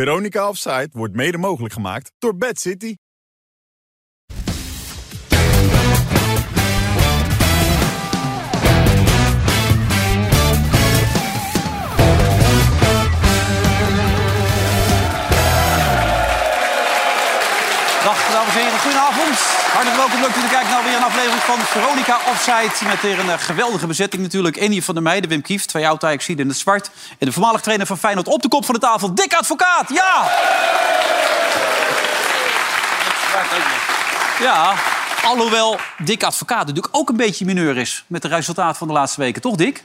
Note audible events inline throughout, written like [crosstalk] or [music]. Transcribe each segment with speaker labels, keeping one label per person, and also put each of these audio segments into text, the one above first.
Speaker 1: Veronica Offside wordt mede mogelijk gemaakt door Bad City.
Speaker 2: Dag, dames en heren. Goedenavond. Hartelijk welkom. Leuk dat jullie kijken naar weer een aflevering van Veronica Offside. Met weer een eh, geweldige bezetting natuurlijk. Enie van der Meijden, Wim Kieft, twee oud Ajaxiden in het zwart. En de voormalig trainer van Feyenoord op de kop van de tafel. Dick Advocaat, ja! Ja, alhoewel Dick Advocaat natuurlijk ook een beetje mineur is... met de resultaten van de laatste weken. Toch, Dick?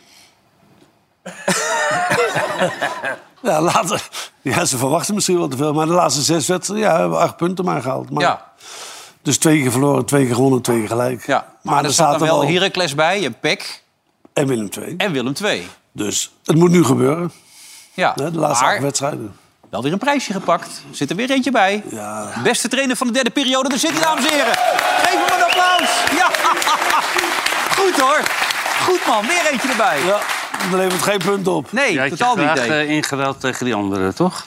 Speaker 3: Ja, later, ja, ze verwachten misschien wel te veel. Maar de laatste zes wedstrijden ja, hebben we acht punten maar gehaald. Maar,
Speaker 2: Ja.
Speaker 3: Dus twee keer verloren, twee keer gewonnen, twee keer gelijk.
Speaker 2: ja. Maar, er staat dan wel Heracles bij en Peck
Speaker 3: En Willem twee.
Speaker 2: en Willem II.
Speaker 3: Dus het moet nu gebeuren.
Speaker 2: Ja,
Speaker 3: Hè, de laatste
Speaker 2: maar
Speaker 3: acht wedstrijden.
Speaker 2: wel weer een prijsje gepakt. Zit er weer eentje bij.
Speaker 3: Ja.
Speaker 2: Beste trainer van de derde periode, daar zit hij, dames en heren. Geef hem een applaus. Ja. [laughs] Goed hoor. Goed man, weer eentje erbij.
Speaker 3: Ja, dat levert geen punten op.
Speaker 2: Nee,
Speaker 4: Jij had
Speaker 2: totaal
Speaker 4: je
Speaker 2: niet.
Speaker 4: graag,
Speaker 2: nee.
Speaker 4: eh, ingeruild tegen die anderen, toch?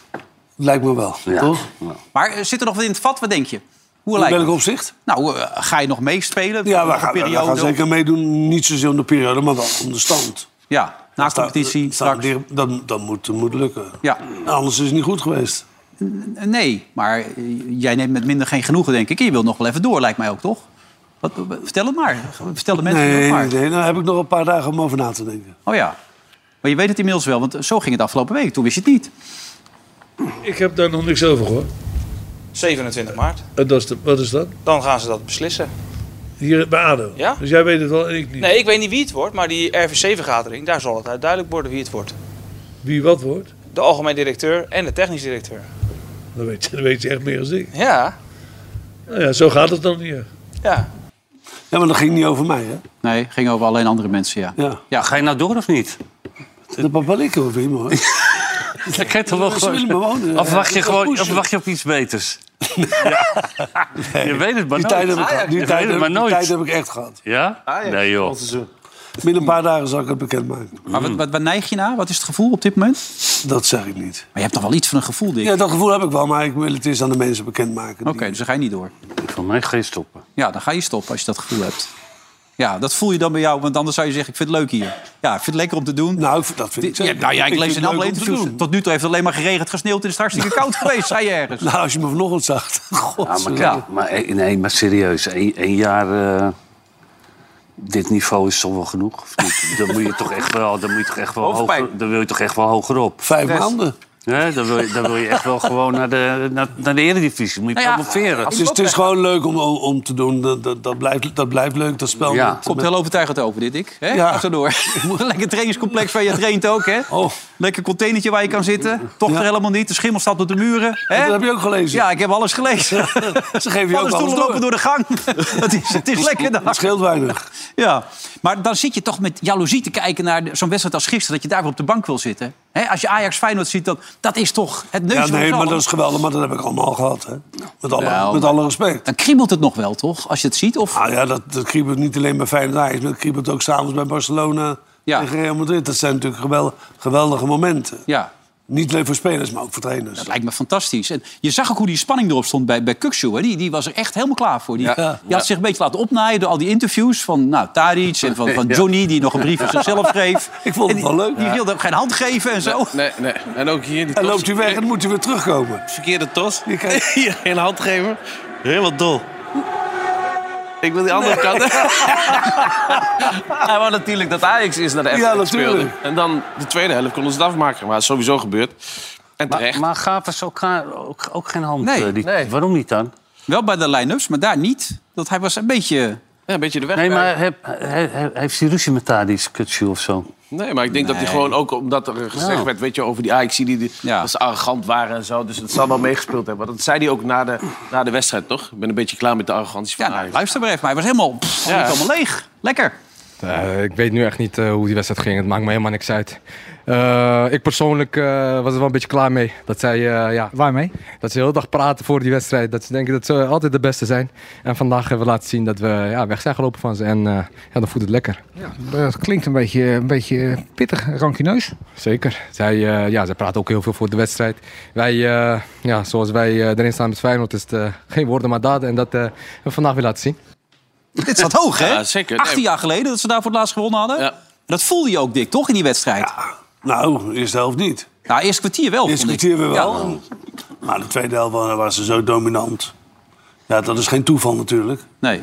Speaker 3: Lijkt me wel, toch?
Speaker 4: Ja.
Speaker 2: Maar eh, zit er nog wat in het vat? Wat denk je? Hoe
Speaker 3: In
Speaker 2: lijkt
Speaker 3: welk
Speaker 2: het?
Speaker 3: opzicht?
Speaker 2: Nou, eh, ga je nog meespelen?
Speaker 3: Ja, we
Speaker 2: Nog een
Speaker 3: gaan, we
Speaker 2: periode?
Speaker 3: gaan zeker meedoen. Niet zozeer om de periode, maar wel om de stand.
Speaker 2: Ja, na competitie
Speaker 3: Staat-
Speaker 2: straks.
Speaker 3: staat dicht- Dat, dat moet, moet lukken.
Speaker 2: Ja.
Speaker 3: Anders is het niet goed geweest.
Speaker 2: Nee, maar eh, jij neemt met minder geen genoegen, denk ik. En je wilt nog wel even door, lijkt mij ook, toch? Wat, wat- vertel het maar. Vertel de mensen het
Speaker 3: Nee,
Speaker 2: maar.
Speaker 3: nee, daar heb ik nog een paar dagen om over na te denken.
Speaker 2: Oh ja. Maar je weet het inmiddels wel, want zo ging het afgelopen week. Toen wist je het niet.
Speaker 5: Ik heb daar nog niks over gehoord.
Speaker 6: 27 maart.
Speaker 5: En Eh, dat is de- wat is dat?
Speaker 6: Dan gaan ze dat beslissen.
Speaker 5: Hier bij ADO.
Speaker 6: Ja?
Speaker 5: Dus jij weet het wel en ik niet.
Speaker 6: Nee, ik weet niet wie het wordt, maar die RVC-vergadering, daar zal het uit duidelijk worden wie het wordt.
Speaker 5: Wie wat wordt,
Speaker 6: De algemeen directeur en de technisch directeur.
Speaker 5: dan weet, je, dan weet je echt meer dan ik.
Speaker 6: Ja,
Speaker 5: Nou ja, zo gaat het dan hier.
Speaker 6: ja.
Speaker 3: Ja, maar dat ging niet over mij, hè?
Speaker 2: Nee, ging over alleen andere mensen, ja.
Speaker 3: Ja.
Speaker 4: Ga je nou door of [laughs] niet?
Speaker 3: Dat bepaal ik over iemand, hoor.
Speaker 4: Dat kan je toch wel
Speaker 3: Ze willen me wonen.
Speaker 4: gewoon... Of wacht je,
Speaker 3: Ik ga
Speaker 4: gewoon,
Speaker 3: pushen.
Speaker 4: of wacht je op iets [laughs] beters? Ja. Je weet het maar
Speaker 3: Die
Speaker 4: nooit.
Speaker 3: tijd heb ik, gehad. die
Speaker 4: Je weet
Speaker 3: tijd heb,
Speaker 4: het maar
Speaker 3: die
Speaker 4: nooit.
Speaker 3: tijd heb ik echt gehad.
Speaker 4: Ah, Ja? Nee joh.
Speaker 3: Binnen een paar dagen zal ik het bekendmaken.
Speaker 2: Maar wat, wat, wat neig je naar? Wat is het gevoel op dit moment?
Speaker 3: Dat zeg ik niet.
Speaker 2: Maar je hebt toch wel iets van een gevoel, Dick?
Speaker 3: Ja, dat gevoel heb ik wel, maar ik wil het eerst aan de mensen bekendmaken.
Speaker 2: Oké, dus dan ga je niet door.
Speaker 4: Van mij ga je stoppen.
Speaker 2: Ja, dan ga je stoppen als je dat gevoel hebt. Ja, dat voel je dan bij jou, want anders zou je zeggen... ik vind het leuk hier. Ja, ik vind het lekker om te doen.
Speaker 3: Nou, ik- dat vind ik
Speaker 2: ja,
Speaker 3: zeker.
Speaker 2: nou ja, ik, lees
Speaker 3: vind
Speaker 2: in
Speaker 3: het
Speaker 2: alle
Speaker 3: leuk om te
Speaker 2: interviews.
Speaker 3: doen.
Speaker 2: Tot nu toe heeft het alleen maar geregend, gesneeuwd... en is het
Speaker 3: [laughs]
Speaker 2: hartstikke koud geweest, zei je ergens.
Speaker 3: Nou, als je me vanochtend zag.
Speaker 4: [laughs]
Speaker 3: God,
Speaker 4: Ja, maar,
Speaker 3: zo-
Speaker 4: ja. maar eh, nee, maar serieus. Eén één jaar... eh, dit niveau is toch wel genoeg? Of [laughs] niet? Dan moet je toch echt wel, dan moet je toch echt wel
Speaker 2: Hoofdpijn.
Speaker 4: hoger, dan wil je toch echt wel hoger op.
Speaker 3: Vijf maanden.
Speaker 4: Hè? Dan, wil je, dan wil je echt wel gewoon naar de, naar, naar de eredivisie. Dan moet je
Speaker 2: Nou ja,
Speaker 4: promoveren.
Speaker 3: Dus het is gewoon leuk om, om, om te doen. Dat, dat, dat, blijft, dat blijft leuk, dat spel.
Speaker 4: Ja.
Speaker 3: met-
Speaker 2: Komt
Speaker 3: met-
Speaker 2: heel overtuigend over dit, Dick. Hè?
Speaker 3: Ja.
Speaker 2: Ga zo
Speaker 3: [laughs]
Speaker 2: door. Lekker trainingscomplex waar je traint ook, hè?
Speaker 3: Oh.
Speaker 2: Lekker containertje waar je kan zitten. Toch
Speaker 3: Ja.
Speaker 2: er helemaal niet. De schimmel staat op de muren. Hè?
Speaker 3: Dat heb je ook gelezen.
Speaker 2: Ja, ik heb alles
Speaker 3: [laughs]
Speaker 2: gelezen.
Speaker 3: Ze geven je
Speaker 2: Alle
Speaker 3: ook alles
Speaker 2: stoelen
Speaker 3: door.
Speaker 2: lopen door de
Speaker 3: [laughs]
Speaker 2: gang. het, is, het is lekker
Speaker 3: Het
Speaker 2: daar.
Speaker 3: scheelt weinig.
Speaker 2: Ja. Maar dan zit je toch met jaloezie te kijken naar de- zo'n wedstrijd als gisteren... dat je daar weer op de bank wil zitten. Hè? Als je Ajax Feyenoord ziet, dan, dat is toch het neusje
Speaker 3: Ja,
Speaker 2: van ons
Speaker 3: nee, maar
Speaker 2: allen.
Speaker 3: dat is geweldig. Maar dat heb ik allemaal gehad. Hè. Met, alle,
Speaker 2: Nou,
Speaker 3: met
Speaker 2: maar-
Speaker 3: alle respect.
Speaker 2: Dan kriebelt het nog wel, toch? Als je het ziet. Of...
Speaker 3: Ah ja, dat, dat kriebelt niet alleen bij Feyenoord Ajax, maar dat kriebelt ook s'avonds bij Barcelona
Speaker 2: Ja.
Speaker 3: tegen Real Madrid. Dat zijn natuurlijk gewel- geweldige momenten.
Speaker 2: Ja.
Speaker 3: Niet alleen voor spelers, maar ook voor trainers.
Speaker 2: Dat lijkt me fantastisch. En je zag ook hoe die spanning erop stond bij, bij Kuksu. Hè? Die, die was er echt helemaal klaar voor. Die,
Speaker 3: Ja.
Speaker 2: die had zich een beetje laten opnaaien door al die interviews van nou, Tadic en van, van Johnny... die nog een brief van zichzelf schreef.
Speaker 3: Ik vond
Speaker 2: En
Speaker 3: het wel leuk.
Speaker 2: Die, die wilde hem geen hand geven en zo.
Speaker 7: Nee, nee. En ook hier, die
Speaker 3: En
Speaker 7: tos.
Speaker 3: loopt hij weg en moet hij weer terugkomen.
Speaker 7: verkeerde tos.
Speaker 3: Je kijkt-
Speaker 7: Hier, geen hand geven. Helemaal dol. Ik wil die andere kant. [laughs] Hij wou natuurlijk dat Ajax is naar de
Speaker 3: Ja,
Speaker 7: Efteling
Speaker 3: natuurlijk.
Speaker 7: speelde. En dan de tweede helft konden ze het afmaken. Maar het is sowieso gebeurd. En terecht.
Speaker 4: Maar, maar gaven ze elkaar ook, ook geen hand?
Speaker 2: Nee,
Speaker 4: eh, die-
Speaker 7: nee.
Speaker 4: Waarom niet dan?
Speaker 2: Wel bij de line-ups, maar daar niet. Dat hij was een beetje...
Speaker 7: Ja, een beetje de weg.
Speaker 4: Nee, maar heb, he- he- heeft hij ruzie met Tadic, Kutsjoe of zo?
Speaker 7: Nee, maar ik denk dat hij gewoon ook omdat er gezegd
Speaker 4: Ja.
Speaker 7: werd, weet je, over die Ajax die, die
Speaker 2: Ja.
Speaker 7: dat ze arrogant waren en zo. Dus dat zal wel meegespeeld hebben. Maar dat zei hij ook na de, na de wedstrijd, toch? Ik ben een beetje klaar met de arrogantie van
Speaker 2: Ja, nou,
Speaker 7: Ajax.
Speaker 2: luister maar even. Maar hij was helemaal, pff,
Speaker 7: Ja.
Speaker 2: helemaal leeg. Lekker.
Speaker 8: Eh, ik weet nu echt niet eh, hoe die wedstrijd ging. Het maakt me helemaal niks uit. Eh, ik persoonlijk eh, was er wel een beetje klaar mee. Dat zij, eh, ja,
Speaker 9: Waarmee?
Speaker 8: dat ze heel de dag praten voor die wedstrijd. Dat ze denken dat ze altijd de beste zijn. En vandaag hebben we laten zien dat we ja, weg zijn gelopen van ze. En eh, ja, dan voelt het lekker.
Speaker 9: Dat klinkt een beetje, een beetje pittig, rancuneus.
Speaker 8: Zeker. Zij, eh, ja, zij praten ook heel veel voor de wedstrijd. Wij, eh, ja, zoals wij eh, erin staan met Feyenoord, is het eh, geen woorden maar daden. En dat eh, hebben we vandaag weer laten zien.
Speaker 2: Dit staat hoog, hè?
Speaker 10: Ja, zeker. Nee.
Speaker 2: 18 jaar geleden dat ze daar voor het laatst gewonnen hadden.
Speaker 10: Ja.
Speaker 2: En dat voelde je ook, Dick, toch, in die wedstrijd?
Speaker 3: Nou, eerste helft niet.
Speaker 2: Nou, eerst kwartier wel, vond ik.
Speaker 3: Discussiëren we wel.
Speaker 2: Ja.
Speaker 3: En- Maar de tweede helft wa- waren ze zo dominant. Ja, dat is geen toeval natuurlijk.
Speaker 2: Nee.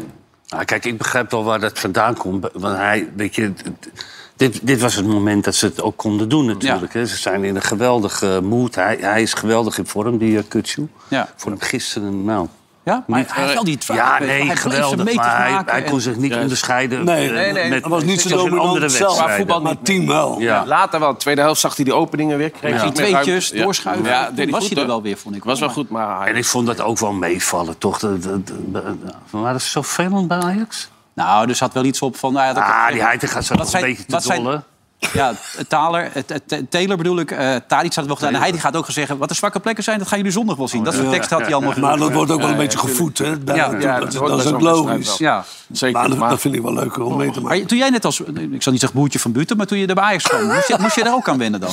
Speaker 4: Nou, kijk, ik begrijp wel waar dat vandaan komt. Want hij, weet je, d- d- dit, dit was het moment dat ze het ook konden doen natuurlijk. Hè. Ze zijn in een geweldige moed. Hij, hij is geweldig in vorm, die uh, Kutsu.
Speaker 2: Ja.
Speaker 4: Voor hem gisteren, nou...
Speaker 2: Ja? Maar
Speaker 4: Niet- eh,
Speaker 2: hij had wel die twa-
Speaker 4: Ja,
Speaker 2: hij
Speaker 4: nee,
Speaker 2: bleef ze
Speaker 4: geweldig.
Speaker 2: meters
Speaker 4: Maar hij,
Speaker 2: maken
Speaker 4: hij
Speaker 2: en-
Speaker 4: kon zich niet onderscheiden.
Speaker 3: Nee,
Speaker 4: eh,
Speaker 3: nee,
Speaker 7: nee.
Speaker 4: met-
Speaker 3: Dat was niet zo
Speaker 4: zoals in andere
Speaker 3: dominant zelf.
Speaker 4: wedstrijden.
Speaker 3: Maar voetbal
Speaker 4: Ja.
Speaker 3: maar team wel.
Speaker 4: Ja.
Speaker 7: Later wel. Tweede helft zag hij die openingen weer. Kreeg hij
Speaker 2: Die
Speaker 7: iets meer ruimte.
Speaker 2: tweetjes,
Speaker 7: Ja.
Speaker 2: doorschuiven.
Speaker 7: Ja,
Speaker 2: Toen
Speaker 7: deed hij
Speaker 2: was
Speaker 7: goed,
Speaker 2: hij er
Speaker 7: hoor.
Speaker 2: wel weer, vond ik.
Speaker 7: Was wel
Speaker 2: Maar-
Speaker 7: goed, maar...
Speaker 4: En ik vond dat ook wel meevallen, toch? Dat, dat, dat, waren er zoveel bij Ajax?
Speaker 2: Nou, dus had wel iets op van... Nou, ja, dat-
Speaker 4: Ah, die Heitinga zat
Speaker 2: Wat
Speaker 4: nog een
Speaker 2: zijn-
Speaker 4: beetje te
Speaker 2: wat zijn-
Speaker 4: dollen.
Speaker 2: [laughs] Ja, Taler, eh, T- T- Taylor bedoel ik, eh Tadic had het wel gedaan. En Heidi gaat ook gezegd, wat de zwakke plekken zijn, dat gaan jullie zondag wel zien. Dat soort
Speaker 4: Oh,
Speaker 2: teksten had hij allemaal
Speaker 3: Maar
Speaker 2: gedaan.
Speaker 3: dat wordt ook wel een beetje gevoed. Hè? Daar
Speaker 2: Ja,
Speaker 3: naartoe.
Speaker 7: ja,
Speaker 3: dat, is-
Speaker 7: dat hoort
Speaker 3: dat is
Speaker 7: bij
Speaker 3: ook
Speaker 7: zo'n wedstrijd
Speaker 3: logisch.
Speaker 7: wel.
Speaker 2: Ja.
Speaker 7: Zeker,
Speaker 3: Maar dat,
Speaker 7: maar...
Speaker 3: dat vind ik wel leuker om mee te
Speaker 2: Maar
Speaker 3: maken.
Speaker 2: je- toen jij net als, ik zal niet zeggen boertje van Buten, maar toen je er bij Ajax kwam, moest je, moest je daar ook aan wennen dan?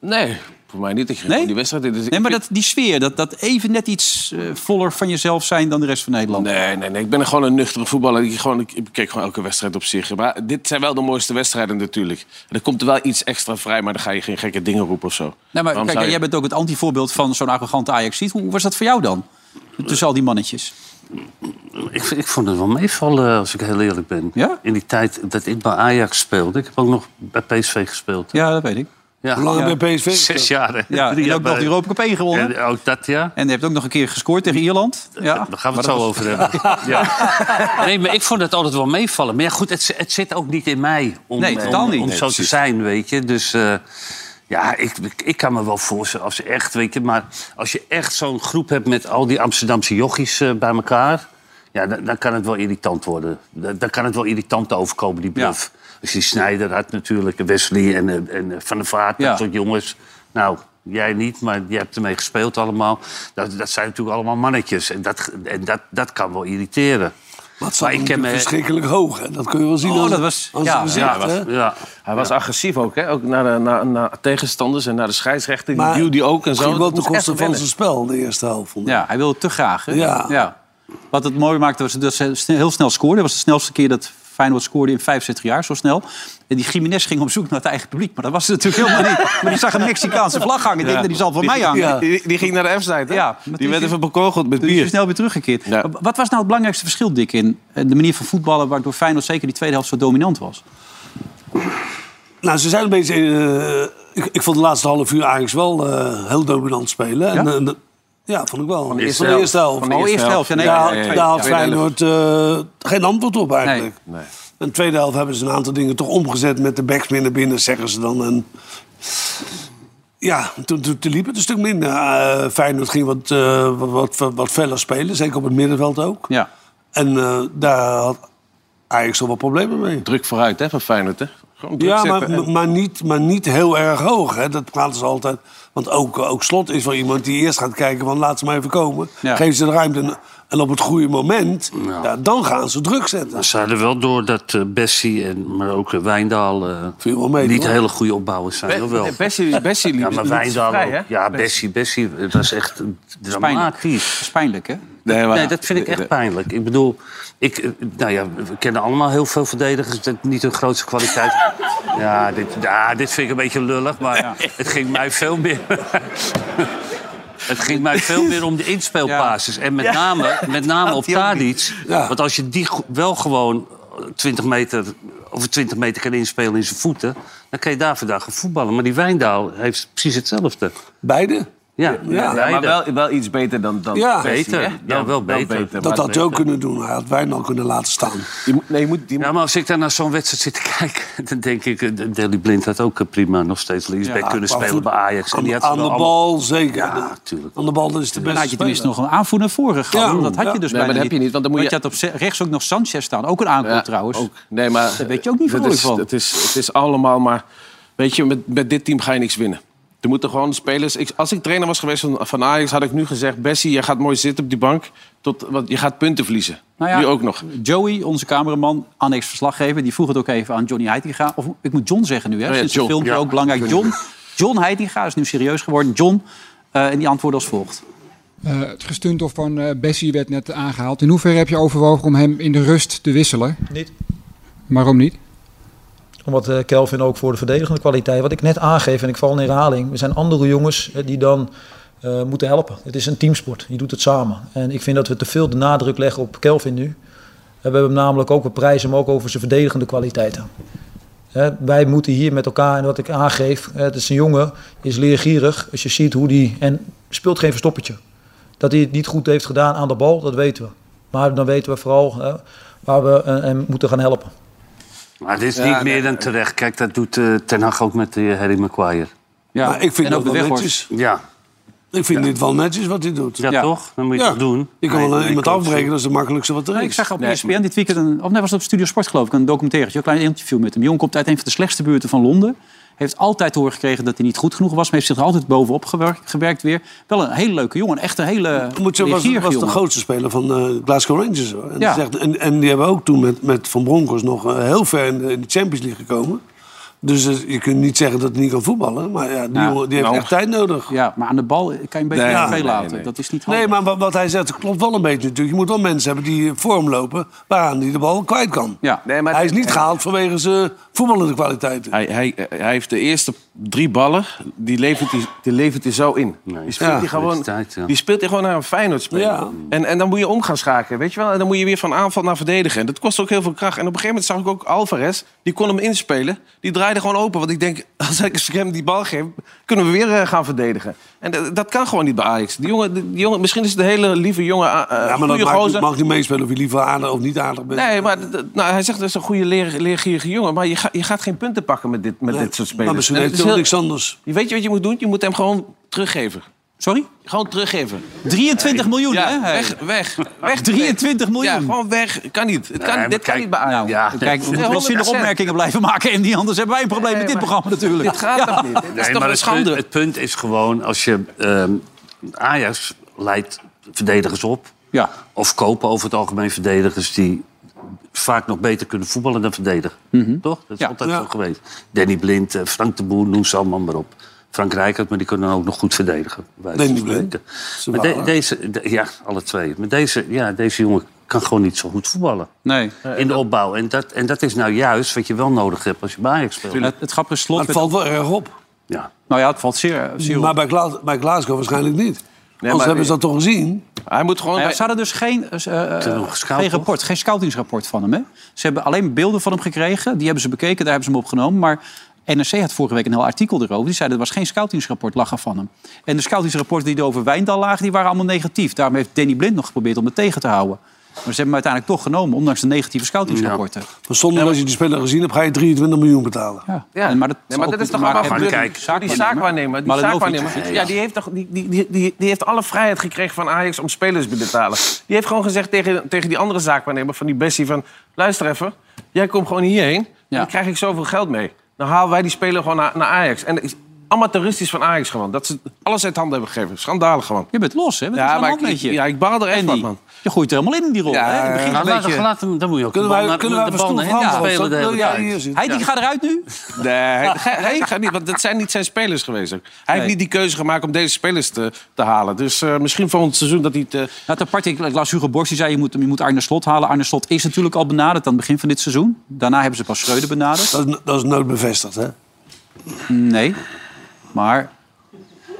Speaker 7: Nee, voor mij niet. Ik ging
Speaker 2: Nee?
Speaker 7: nee? die wedstrijd. in. Dus ik
Speaker 2: Nee, maar
Speaker 7: vind-
Speaker 2: dat, die sfeer, dat, dat even net iets eh, voller van jezelf zijn dan de rest van Nederland.
Speaker 7: Nee, nee, nee. Ik ben gewoon een nuchtere voetballer. Ik, gewoon, ik, ik keek gewoon elke wedstrijd op zich. Maar dit zijn wel de mooiste wedstrijden natuurlijk. En er komt er wel iets extra vrij, maar dan ga je geen gekke dingen roepen of zo.
Speaker 2: Nee, maar
Speaker 7: Waarom
Speaker 2: kijk,
Speaker 7: zou je-
Speaker 2: jij bent ook het antivoorbeeld van zo'n arrogante ajax Hoe hoe was dat voor jou dan? Tussen al die mannetjes.
Speaker 4: Ik, ik vond het wel meevallen, als ik heel eerlijk ben.
Speaker 2: Ja?
Speaker 4: In die tijd dat ik bij Ajax speelde. Ik heb ook nog bij PSV gespeeld.
Speaker 2: Ja, dat weet ik.
Speaker 4: Ja.
Speaker 3: Hoe lang
Speaker 2: Ja.
Speaker 3: bij PSV?
Speaker 4: Zes jaar. hè?
Speaker 2: Ja,
Speaker 4: Drie
Speaker 2: en
Speaker 4: jaar
Speaker 2: ook nog
Speaker 4: bij-
Speaker 2: de Europa Cup één gewonnen.
Speaker 4: En ook dat, ja.
Speaker 2: En je hebt ook nog een keer gescoord tegen Ierland. Ja.
Speaker 4: Daar gaan we
Speaker 2: Maar
Speaker 4: het
Speaker 2: dat
Speaker 4: zo
Speaker 2: was-
Speaker 4: over
Speaker 2: [laughs]
Speaker 4: hebben. Ja. Nee, maar ik vond het altijd wel meevallen. Maar ja, goed, het, het zit ook niet in mij om,
Speaker 2: Nee, totaal
Speaker 4: om,
Speaker 2: niet.
Speaker 4: om
Speaker 2: Nee,
Speaker 4: zo te zijn, weet je. Dus eh, ja, ik, ik, ik kan me wel voorstellen als je echt, weet je... Maar als je echt zo'n groep hebt met al die Amsterdamse jochies eh, bij elkaar... Ja, dan, dan kan het wel irritant worden. Dan, dan kan het wel irritant overkomen, die bluff. Als je Dus die Snijder had natuurlijk, en Wesley en, eh, en eh, Van der Vaart,
Speaker 2: Ja.
Speaker 4: dat soort jongens. Nou, jij niet, maar jij hebt ermee gespeeld allemaal. Dat, dat zijn natuurlijk allemaal mannetjes. En dat, en dat, dat kan wel irriteren.
Speaker 3: Wat
Speaker 4: Maar ik
Speaker 3: zijn
Speaker 4: ken me-
Speaker 3: verschrikkelijk hoog. Hè? Dat kun je wel zien
Speaker 2: Oh,
Speaker 3: als,
Speaker 2: dat was-
Speaker 3: als
Speaker 2: ja.
Speaker 3: een gezicht.
Speaker 4: Ja,
Speaker 3: hè?
Speaker 4: ja.
Speaker 7: Hij was agressief ook, hè? Ook naar, de, naar, naar tegenstanders en naar de scheidsrechter. Die duwde die ook
Speaker 3: ging
Speaker 7: en zo.
Speaker 3: wel
Speaker 7: Dat
Speaker 3: ten
Speaker 7: moest
Speaker 3: koste
Speaker 7: echt
Speaker 3: van
Speaker 7: wennen.
Speaker 3: zijn spel, de eerste helft. vond ik.
Speaker 2: Ja, hij wilde het te graag. Hè?
Speaker 3: Ja.
Speaker 2: Wat het mooi maakte was dat ze sne- heel snel scoorden. Dat was de snelste keer dat Feyenoord scoorde in 65 jaar, zo snel. En die Jiménez ging op zoek naar het eigen publiek. Maar dat was het natuurlijk helemaal
Speaker 7: [laughs]
Speaker 2: niet. Maar die zag een Mexicaanse vlag hangen. Ik denk, die zal van mij hangen. Dus
Speaker 3: Ja.
Speaker 7: Die, die ging naar de F-site, hè?
Speaker 2: Ja, maar
Speaker 7: die
Speaker 2: toen
Speaker 7: werd
Speaker 2: ging-
Speaker 7: even bekogeld met
Speaker 2: Dus je
Speaker 7: bier.
Speaker 2: snel weer teruggekeerd.
Speaker 7: Ja.
Speaker 2: Wat was nou het belangrijkste verschil, Dick, in eh, de manier van voetballen... waardoor Feyenoord zeker die tweede helft zo dominant was?
Speaker 3: Nou, ze zijn een beetje... eh, ik, ik vond de laatste half uur Ajax wel eh, heel dominant spelen. En,
Speaker 2: Ja?
Speaker 3: en dat- ja, vond ik wel. Van de
Speaker 7: eerste
Speaker 3: Van de eerste helft.
Speaker 7: Van de eerste helft.
Speaker 2: Ja, nee,
Speaker 3: daar,
Speaker 2: nee, nee,
Speaker 3: had-
Speaker 2: nee.
Speaker 3: daar had
Speaker 7: tweede
Speaker 3: Feyenoord eh, geen antwoord op eigenlijk.
Speaker 7: Nee.
Speaker 3: In de tweede helft hebben ze een aantal dingen toch omgezet met de backs meer naar binnen, zeggen ze dan. En ja, toen, toen, toen liep het een stuk minder. Eh Feyenoord ging wat, eh, wat, wat, wat, feller spelen, zeker op het middenveld ook.
Speaker 2: Ja.
Speaker 3: En eh, daar had Ajax al wat problemen mee.
Speaker 7: Druk vooruit, hè, van Feyenoord, hè? Gewoon druk
Speaker 3: Ja,
Speaker 7: zetten
Speaker 3: maar,
Speaker 7: en-
Speaker 3: maar, niet, maar niet heel erg hoog. Hè. Dat praten ze altijd. Want ook, ook Slot is wel iemand die eerst gaat kijken van laat ze maar even komen.
Speaker 2: Ja.
Speaker 3: Geef ze de ruimte. En, en op het goede moment, ja, dan gaan ze druk zetten.
Speaker 4: Maar Ze hadden wel door dat eh, Bessie, en, maar ook eh, Wijndaal... eh,
Speaker 3: Viel wel mee,
Speaker 4: niet
Speaker 3: hoor.
Speaker 4: hele goede opbouwers zijn, of wel?
Speaker 7: Nee, Bessie, Bessie liep
Speaker 4: ja, maar
Speaker 7: liep
Speaker 4: Wijndaal
Speaker 7: vrij,
Speaker 4: ook.
Speaker 7: hè?
Speaker 4: Ja, Bessie, Bessie, het was echt dramatisch.
Speaker 2: Dat is pijnlijk, hè?
Speaker 7: Nee, maar-
Speaker 4: Nee, dat vind ik echt pijnlijk. Ik bedoel, ik, eh, nou ja, we kennen allemaal heel veel verdedigers. Dat niet hun grootste
Speaker 11: [laughs]
Speaker 4: kwaliteit. Ja, dit, ja, dit vind ik een beetje lullig, maar het ging mij veel meer. [laughs] Het ging mij veel meer om de inspeelbasis. En
Speaker 11: [laughs]
Speaker 4: met name, met name op Tadic. Want als je die go- wel gewoon 20 meter, over 20 meter kan inspelen in zijn voeten... dan kan je daar vandaag gaan voetballen. Maar die Wijndaal heeft precies hetzelfde.
Speaker 3: Beide?
Speaker 4: Ja,
Speaker 3: Ja,
Speaker 11: Ja, maar
Speaker 4: beide.
Speaker 11: wel, wel iets beter dan... dan
Speaker 3: Ja.
Speaker 11: Messi,
Speaker 4: Beter.
Speaker 11: hè?
Speaker 4: Ja, wel beter.
Speaker 3: Dat
Speaker 11: maar
Speaker 3: had hij ook kunnen doen. Hij had Wijnald kunnen laten staan.
Speaker 11: Je moet, nee, je moet, die
Speaker 4: Ja, maar als ik daar naar zo'n wedstrijd zit te kijken... [laughs] dan denk ik, eh, Daley Blind had ook eh, prima nog steeds linksback
Speaker 2: Ja,
Speaker 4: kunnen
Speaker 3: Ah, maar
Speaker 4: spelen
Speaker 3: goed,
Speaker 4: bij Ajax. En
Speaker 3: Aan,
Speaker 4: die had ze
Speaker 3: aan de
Speaker 4: wel allemaal-
Speaker 3: bal zeker.
Speaker 4: tuurlijk.
Speaker 3: Aan de bal dat is de
Speaker 2: Dan
Speaker 3: beste
Speaker 2: had je tenminste
Speaker 3: speler.
Speaker 2: nog een aanvoerder voren gehad.
Speaker 3: Ja.
Speaker 2: Dat had je
Speaker 3: Ja.
Speaker 2: dus
Speaker 7: Nee, maar
Speaker 2: bijna
Speaker 7: dat heb je niet, want dan moet
Speaker 2: had op ze- rechts ook nog Sanchez staan. Ook een aankoop
Speaker 7: Ja,
Speaker 2: trouwens.
Speaker 7: ook. Nee, maar,
Speaker 2: Daar weet je ook niet
Speaker 7: dat
Speaker 2: vrolijk
Speaker 7: is,
Speaker 2: van.
Speaker 7: Het is, het is allemaal maar... Weet je, met, met dit team ga je niks winnen. Er moeten gewoon spelers... Ik, als ik trainer was geweest van, van Ajax, had ik nu gezegd... Bessie, je gaat mooi zitten op die bank. Tot, want je gaat punten verliezen.
Speaker 2: Nou ja.
Speaker 7: Nu ook nog.
Speaker 2: Joey, onze cameraman, annex verslaggever, die vroeg het ook even aan Johnny Heitinga. Of ik moet John zeggen nu, hè?
Speaker 7: Oh ja,
Speaker 2: Sinds het
Speaker 7: John.
Speaker 2: filmpje
Speaker 7: Ja.
Speaker 2: ook belangrijk. John, John Heitinga is nu serieus geworden. John, eh, en die antwoordde als volgt.
Speaker 9: Eh, het gestuntel van eh Bessie werd net aangehaald. In hoeverre heb je overwogen om hem in de rust te wisselen?
Speaker 12: Niet.
Speaker 9: Waarom niet?
Speaker 12: Omdat eh, Kelvin ook voor de verdedigende kwaliteit, wat ik net aangeef en ik val in herhaling, er zijn andere jongens eh, die dan eh, moeten helpen. Het is een teamsport, je doet het samen. En ik vind dat we te veel de nadruk leggen op Kelvin nu. Eh, we hebben hem namelijk ook, we prijzen hem ook over zijn verdedigende kwaliteiten. Hè, wij moeten hier met elkaar, en wat ik aangeef, eh, het is een jongen, is leergierig. Als je ziet hoe die, en speelt geen verstoppertje. Dat hij het niet goed heeft gedaan aan de bal, dat weten we. Maar dan weten we vooral eh, waar we eh, hem moeten gaan helpen.
Speaker 4: Maar dit is niet meer dan terecht. Kijk, dat doet eh, Ten Hag ook met eh, Harry Maguire.
Speaker 2: Ja,
Speaker 3: Maar ik vind
Speaker 2: en ook
Speaker 3: dat
Speaker 2: de
Speaker 3: wel
Speaker 2: weghorst.
Speaker 3: netjes.
Speaker 4: Ja,
Speaker 3: Ik vind dit wel netjes wat hij doet.
Speaker 4: ja,
Speaker 2: Ja.
Speaker 4: toch? Dan moet je
Speaker 3: Ja.
Speaker 4: het doen. Nee,
Speaker 3: Je kan wel aan
Speaker 4: nee,
Speaker 3: iemand
Speaker 4: ik ook
Speaker 3: afbreken, dat is het makkelijkste wat er
Speaker 2: Nee,
Speaker 3: is.
Speaker 2: ik zag op E ESPN dit weekend, een, of nee, was het op Studio Sport geloof ik, een documentairetje, een klein interview met hem. Jong komt uit een van de slechtste buurten van Londen. Heeft altijd te horen gekregen dat hij niet goed genoeg was, maar heeft zich er altijd bovenop gewerkt, gewerkt weer. Wel een hele leuke jongen, echt een hele
Speaker 3: Moet je, was,
Speaker 2: leergierige
Speaker 3: was de
Speaker 2: jongen.
Speaker 3: grootste speler van eh Glasgow Rangers. hoor. En,
Speaker 2: Ja.
Speaker 3: die zegt- en, en die hebben ook toen met, met Van Bronckhorst nog eh, heel ver in de, in de Champions League gekomen. Dus eh, je kunt niet zeggen dat hij niet kan voetballen. Maar ja, die
Speaker 2: Ja,
Speaker 3: jongen die heeft
Speaker 7: nou.
Speaker 3: echt tijd nodig.
Speaker 2: Ja, maar aan de bal kan je een beetje
Speaker 7: Nee,
Speaker 2: nee,
Speaker 7: nee,
Speaker 2: laten.
Speaker 7: nee.
Speaker 2: Dat is niet handig.
Speaker 3: Nee, maar wat, wat hij zegt klopt wel een beetje natuurlijk. Je moet wel mensen hebben die vorm lopen waaraan hij de bal kwijt kan.
Speaker 2: Ja.
Speaker 7: Nee, maar
Speaker 3: hij is niet gehaald vanwege zijn eh, voetballende kwaliteiten.
Speaker 7: Hij, hij, hij heeft de eerste drie ballen, die levert hij, die levert hij zo in.
Speaker 4: Nee.
Speaker 7: Die speelt,
Speaker 4: Ja.
Speaker 7: hij gewoon,
Speaker 4: Tijd, ja.
Speaker 7: die speelt hij gewoon naar een Feyenoord speler.
Speaker 3: Ja.
Speaker 7: En, en dan moet je om gaan schakelen, weet je wel? En dan moet je weer van aanval naar verdedigen. En dat kost ook heel veel kracht. En op een gegeven moment zag ik ook Alvarez, die kon hem inspelen. Die draaide gewoon open, want ik denk, [laughs] als ik hem die bal geef... kunnen we weer eh, gaan verdedigen. En dat, dat kan gewoon niet bij Ajax. Die jongen, die jongen, misschien is het een hele lieve jongen, eh
Speaker 3: Ja, maar
Speaker 7: goede
Speaker 3: dat mag,
Speaker 7: gozer.
Speaker 3: mag niet meespelen of je liever aardig of niet aardig bent.
Speaker 7: Nee, maar d- d- nou, hij zegt dat is een goede leer, leergierige jongen. Maar je, ga- je gaat geen punten pakken met dit, met dit soort spelers.
Speaker 3: Maar misschien
Speaker 7: En
Speaker 3: heeft
Speaker 7: het is
Speaker 3: hij wel
Speaker 7: heel-
Speaker 3: niks anders.
Speaker 7: je weet je wat je moet doen? Je moet hem gewoon teruggeven.
Speaker 2: Sorry?
Speaker 7: Gewoon teruggeven.
Speaker 2: 23 miljoen, hè?
Speaker 7: Ja,
Speaker 2: Hey.
Speaker 7: weg, weg, weg.
Speaker 2: 23 miljoen.
Speaker 7: Ja, gewoon weg. Kan niet. Het
Speaker 4: Nee,
Speaker 7: kan,
Speaker 4: maar
Speaker 7: dit kan
Speaker 4: kijk,
Speaker 7: niet bij Ajax.
Speaker 2: Nou,
Speaker 4: Ja,
Speaker 2: kijk, we moeten wel
Speaker 7: 100%.
Speaker 2: zinnige opmerkingen blijven maken. En die anders hebben wij een probleem met dit programma natuurlijk.
Speaker 7: Dit gaat toch niet? Dit is
Speaker 4: Nee,
Speaker 7: toch
Speaker 4: maar
Speaker 7: een
Speaker 4: het punt,
Speaker 7: schande?
Speaker 4: het punt is gewoon, als je ehm, Ajax leidt verdedigers op...
Speaker 2: Ja.
Speaker 4: of kopen over het algemeen verdedigers die vaak nog beter kunnen voetballen dan verdedigen. Toch? Dat is
Speaker 2: Ja.
Speaker 4: altijd
Speaker 3: Ja.
Speaker 4: zo geweest. Danny Blind, eh, Frank de Boer, noem ze allemaal maar op. Frank Rijkert, maar die kunnen ook nog goed verdedigen. bij wijze van
Speaker 3: Danny Blind.
Speaker 4: spreken.
Speaker 3: Ze
Speaker 4: Maar de-
Speaker 3: waren.
Speaker 4: deze, de- ja, alle twee. Maar deze, ja, deze jongen kan gewoon niet zo goed voetballen.
Speaker 2: Nee.
Speaker 4: In de opbouw. En dat, en dat is nou juist wat je wel nodig hebt als je bij Ajax speelt.
Speaker 2: Het, het grappige slot...
Speaker 3: Maar het
Speaker 2: met-
Speaker 3: valt wel erg op.
Speaker 4: Ja.
Speaker 2: Nou ja, het valt zeer, zeer op.
Speaker 3: Maar bij, Gla- bij Glasgow waarschijnlijk niet. Anders
Speaker 7: maar-
Speaker 3: hebben ze dat toch gezien?
Speaker 7: Hij moet gewoon...
Speaker 2: Nou ja,
Speaker 7: bij-
Speaker 2: ze hadden dus geen, eh, eh,
Speaker 4: nog gescout,
Speaker 2: geen
Speaker 4: toch?
Speaker 2: rapport, geen scoutingsrapport van hem. Hè? Ze hebben alleen beelden van hem gekregen. Die hebben ze bekeken, daar hebben ze hem opgenomen. Maar NRC had vorige week een heel artikel erover. Die zei dat er was geen scoutingsrapport lachen van hem. En de scoutingsrapporten die er over Wijndal lagen, die waren allemaal negatief. Daarom heeft Danny Blind nog geprobeerd om het tegen te houden. Maar ze hebben hem uiteindelijk toch genomen, ondanks de negatieve scoutingsrapporten.
Speaker 3: Maar zonder dat je die speler gezien hebt, ga je 23 miljoen betalen.
Speaker 2: Ja.
Speaker 7: Ja.
Speaker 2: En- maar dat,
Speaker 7: Nee,
Speaker 2: zal
Speaker 7: maar
Speaker 2: ook
Speaker 7: dat is
Speaker 2: weer te
Speaker 7: toch
Speaker 2: maken
Speaker 7: allemaal
Speaker 4: Maar
Speaker 2: hebben
Speaker 7: gebeurd.
Speaker 2: met
Speaker 4: kijk,
Speaker 2: die
Speaker 7: Die zaakwaarnemer, die
Speaker 2: Malinovic.
Speaker 7: zaakwaarnemer ja, die, heeft toch, die, die, die, die heeft alle vrijheid gekregen van Ajax om spelers te betalen. Die heeft gewoon gezegd tegen, tegen die andere zaakwaarnemer van die Bessie van... luister even, jij komt gewoon hierheen,
Speaker 2: Ja.
Speaker 7: dan krijg ik zoveel geld mee. Dan halen wij die speler gewoon naar, naar Ajax. En het is amateuristisch van Ajax gewoon. Dat ze alles uit handen hebben gegeven. Schandalig gewoon.
Speaker 2: Je bent los, hè? Wat is er aan de
Speaker 7: maar
Speaker 2: hand
Speaker 7: ik,
Speaker 2: met je?
Speaker 7: ik- ja, ik baal er echt
Speaker 2: Andy,
Speaker 7: van, man.
Speaker 2: je gooit er helemaal in, in die rol.
Speaker 7: Ja,
Speaker 2: hè? Je begint
Speaker 4: Nou,
Speaker 2: een
Speaker 4: laat,
Speaker 2: beetje...
Speaker 4: laat hem, dan moet je ook
Speaker 3: Kunnen
Speaker 4: de bal
Speaker 3: wij-
Speaker 4: naar-
Speaker 3: kunnen wij
Speaker 4: de bal
Speaker 3: verstopt
Speaker 4: naar hen
Speaker 3: handelen?
Speaker 4: spelen de
Speaker 3: Wil
Speaker 4: hele
Speaker 3: jij
Speaker 4: tijd.
Speaker 3: hier zitten?
Speaker 2: Hij die gaat eruit nu?
Speaker 7: [laughs] Nee, hij, hij- hij gaat niet, want dat zijn niet zijn spelers geweest. ook. Hij heeft
Speaker 2: Nee.
Speaker 7: niet die keuze gemaakt om deze spelers te, te halen. Dus eh, misschien volgend seizoen dat hij het... eh,
Speaker 2: Nou, het aparte, ik ik las Hugo Borst, die zei je moet, je moet Arne Slot halen. Arne Slot is natuurlijk al benaderd aan het begin van dit seizoen. Daarna hebben ze pas Schreuder benaderd.
Speaker 3: Dat, is, dat is nooit bevestigd, hè?
Speaker 2: Nee, maar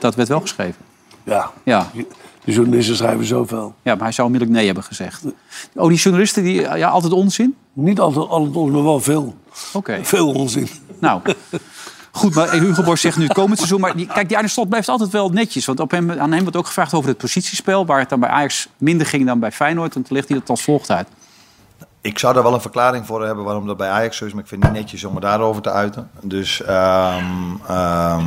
Speaker 2: dat werd wel geschreven.
Speaker 3: Ja.
Speaker 2: Ja,
Speaker 3: De journalisten schrijven zoveel.
Speaker 2: ja maar hij zou onmiddellijk nee hebben gezegd. Oh, die journalisten, die, ja, altijd onzin?
Speaker 3: Niet altijd, altijd ons, maar wel veel.
Speaker 2: Oké,
Speaker 3: Veel onzin.
Speaker 2: nou. Goed, maar Hugo Borst zegt nu het komend seizoen. Maar die, kijk, die Arne Slot blijft altijd wel netjes. Want op hem, aan hem wordt ook gevraagd over het positiespel. Waar het dan bij Ajax minder ging dan bij Feyenoord. En toen legt hij dat als volgt uit.
Speaker 13: Ik zou daar wel een verklaring voor hebben waarom dat bij Ajax zo is. Maar ik vind het niet netjes om me daarover te uiten. Dus ehm, ehm,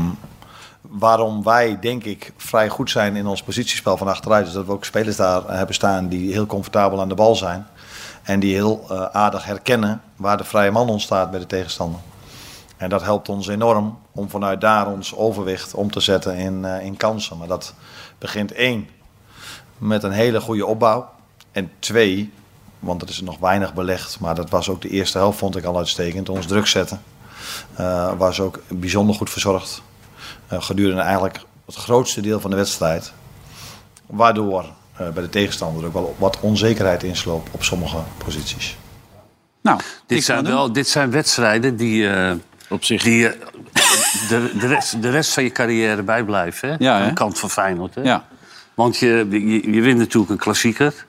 Speaker 13: waarom wij, denk ik, vrij goed zijn in ons positiespel van achteruit. Is dat we ook spelers daar hebben staan die heel comfortabel aan de bal zijn. En die heel eh, aardig herkennen waar de vrije man ontstaat bij de tegenstander. En dat helpt ons enorm om vanuit daar ons overwicht om te zetten in, eh, in kansen. Maar dat begint één met een hele goede opbouw. En twee, want er is nog weinig belegd, maar dat was ook de eerste helft, vond ik al uitstekend. Ons druk zetten eh, was ook bijzonder goed verzorgd. Eh, gedurende eigenlijk het grootste deel van de wedstrijd. Waardoor eh, bij de tegenstander ook wel wat onzekerheid insloop op sommige posities.
Speaker 2: Nou,
Speaker 4: dit, zijn wel, dit zijn wedstrijden die. eh, Die, je de, de, rest, de rest van je carrière bijblijft. Hè?
Speaker 2: Ja,
Speaker 4: Aan de
Speaker 2: hè?
Speaker 4: kant van Feyenoord. Hè?
Speaker 2: Ja.
Speaker 4: Want je, je, je wint natuurlijk een klassieker.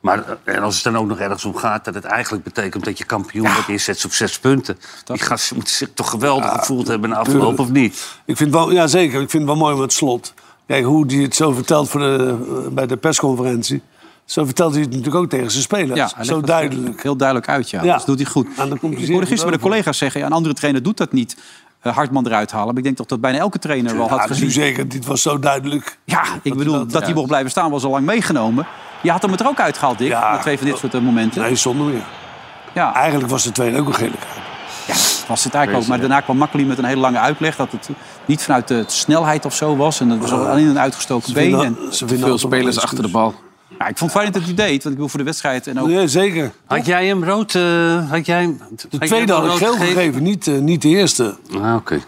Speaker 4: Maar eh, en als het dan ook nog ergens om gaat, dat het eigenlijk betekent dat je kampioen wordt inzet op zes punten. Die gasten moeten zich toch geweldig gevoeld hebben na afloop,
Speaker 3: tuurlijk.
Speaker 4: of niet?
Speaker 3: Ik vind wel, ja, zeker. Ik vind het wel mooi met slot. Kijk, hoe hij het zo vertelt voor de, eh, bij de persconferentie. Zo vertelt hij het natuurlijk ook tegen zijn spelers.
Speaker 2: Ja, hij legt
Speaker 3: zo
Speaker 2: het
Speaker 3: duidelijk.
Speaker 2: Heel duidelijk uit, ja.
Speaker 3: Ja.
Speaker 2: Dus doet hij goed. Ik hoorde gisteren bij de collega's zeggen... Ja, een andere trainer doet dat niet. eh, Hartman eruit halen. Maar ik denk toch dat bijna elke trainer wel had
Speaker 3: Ja, dus nu
Speaker 2: gezien...
Speaker 3: zeker. Dit was zo duidelijk.
Speaker 2: Ja, ik bedoel, dat, hij mocht blijven staan was al lang meegenomen. Je had hem er ook uitgehaald, Dick, na twee van dit soort eh, momenten.
Speaker 3: Nee, zonder meer.
Speaker 2: Ja.
Speaker 3: Eigenlijk was de tweede ook een gele kaart.
Speaker 2: was het eigenlijk ook. Maar daarna kwam Makkeli met een hele lange uitleg... dat het niet vanuit de snelheid of zo was. En dat was alleen een uitgestoken
Speaker 3: Eh, Ze
Speaker 2: been.
Speaker 3: vinden-
Speaker 2: en
Speaker 3: ze vinden altijd wel excuses.
Speaker 2: bal. Ja, ik vond het fijn dat hij deed, want ik bedoel voor de wedstrijd... En ook...
Speaker 3: Nee, zeker.
Speaker 4: Had jij hem rood? eh, had jij, hem- had
Speaker 3: De
Speaker 4: jij
Speaker 3: tweede
Speaker 4: hem
Speaker 3: had ik
Speaker 4: rood
Speaker 3: geel gegeven, niet, eh, niet de eerste.
Speaker 4: Ah, oké.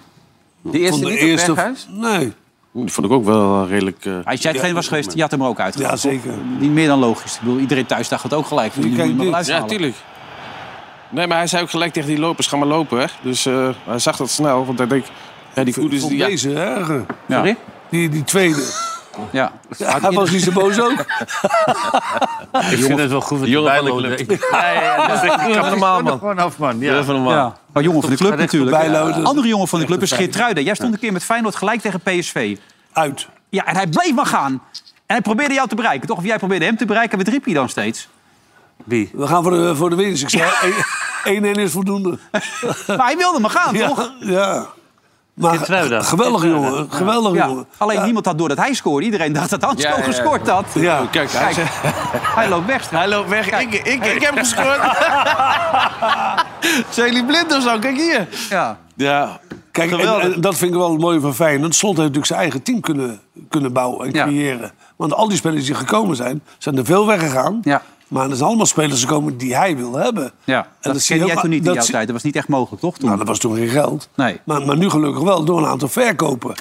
Speaker 3: De
Speaker 4: eerste niet op
Speaker 6: Berghuis?
Speaker 3: Nee.
Speaker 7: Die vond ik ook wel eh, redelijk... eh,
Speaker 2: Als jij hetgeen was geweest, je had hem er ook uitgehaald.
Speaker 3: Ja, zeker.
Speaker 2: toch? Niet meer dan logisch. Ik bedoel, iedereen thuis dacht het ook gelijk. Jullie
Speaker 3: Kijk,
Speaker 2: moeten hem wel
Speaker 6: Ja,
Speaker 2: uithalen.
Speaker 6: tuurlijk.
Speaker 14: Nee, maar hij zei ook gelijk tegen die lopers, ga maar lopen. Hè. Dus eh, hij zag dat snel, want hij denkt... Ja, die
Speaker 3: Ik
Speaker 14: koeders...
Speaker 3: vond
Speaker 14: Die, ja.
Speaker 3: deze erger.
Speaker 2: Ja.
Speaker 14: Sorry?
Speaker 3: Die, die tweede.
Speaker 2: Ja.
Speaker 3: Ja, hij was niet zo boos ook.
Speaker 4: Ik vind het wel goed dat
Speaker 7: de jongen
Speaker 4: hij
Speaker 7: van de
Speaker 4: bijlo-
Speaker 7: club.
Speaker 4: [laughs] Ja, ja, ja, dat is echt
Speaker 7: Ja,
Speaker 4: normaal, man. Gewoon af, man. Ja.
Speaker 7: Even normaal.
Speaker 2: Ja, maar jongen van de club
Speaker 4: Terecht
Speaker 2: natuurlijk.
Speaker 4: op Bijlo,
Speaker 2: Ja.
Speaker 4: dus-
Speaker 2: Andere jongen van de
Speaker 4: Echt
Speaker 2: club is
Speaker 4: een fijn.
Speaker 2: Geertruiden. Jij stond een keer met Feyenoord gelijk tegen PSV.
Speaker 3: Uit.
Speaker 2: Ja, en hij bleef maar gaan. En hij probeerde jou te bereiken, toch? Of jij probeerde hem te bereiken. Wat riep hij dan
Speaker 3: [laughs]
Speaker 2: steeds?
Speaker 4: Wie?
Speaker 3: We gaan voor de, voor de winst. Ik zei, 1-1 is voldoende.
Speaker 2: Maar hij wilde maar gaan,
Speaker 3: Ja,
Speaker 2: toch?
Speaker 3: Ja. Maar
Speaker 4: Geertruida.
Speaker 3: geweldig
Speaker 4: Geertruida.
Speaker 3: jongen, geweldig
Speaker 2: Ja.
Speaker 3: jongen.
Speaker 2: Alleen niemand had door dat hij scoorde. Iedereen dacht dat Hans
Speaker 7: Ja,
Speaker 2: Kool
Speaker 7: ja, ja.
Speaker 2: gescoord had.
Speaker 3: Ja,
Speaker 14: Kijk, hij
Speaker 2: Kijk.
Speaker 14: zei-
Speaker 2: Hij loopt weg.
Speaker 7: Hij loopt weg.
Speaker 2: Kijk.
Speaker 7: Ik, ik, ik heb gescoord.
Speaker 14: [laughs]
Speaker 7: Zijn jullie blind of zo? Kijk hier.
Speaker 2: Ja.
Speaker 7: Ja.
Speaker 3: Kijk, en,
Speaker 7: Geweldig.
Speaker 3: en dat vind ik wel het mooie van Feyenoord. Slot heeft natuurlijk zijn eigen team kunnen, kunnen bouwen en
Speaker 2: Ja.
Speaker 3: creëren. Want al die spelers die gekomen zijn, zijn er veel weggegaan.
Speaker 2: Ja.
Speaker 3: Maar er zijn allemaal spelers gekomen die hij wil hebben.
Speaker 2: Ja, dat,
Speaker 3: zie je
Speaker 2: kende
Speaker 3: ook-
Speaker 2: jij toen niet in
Speaker 3: dat
Speaker 2: jouw
Speaker 3: zie-
Speaker 2: tijd. Dat was niet echt mogelijk, toch? Toen?
Speaker 3: Nou, dat was toen geen geld.
Speaker 2: Nee.
Speaker 3: Maar, maar nu gelukkig wel door een aantal verkopen.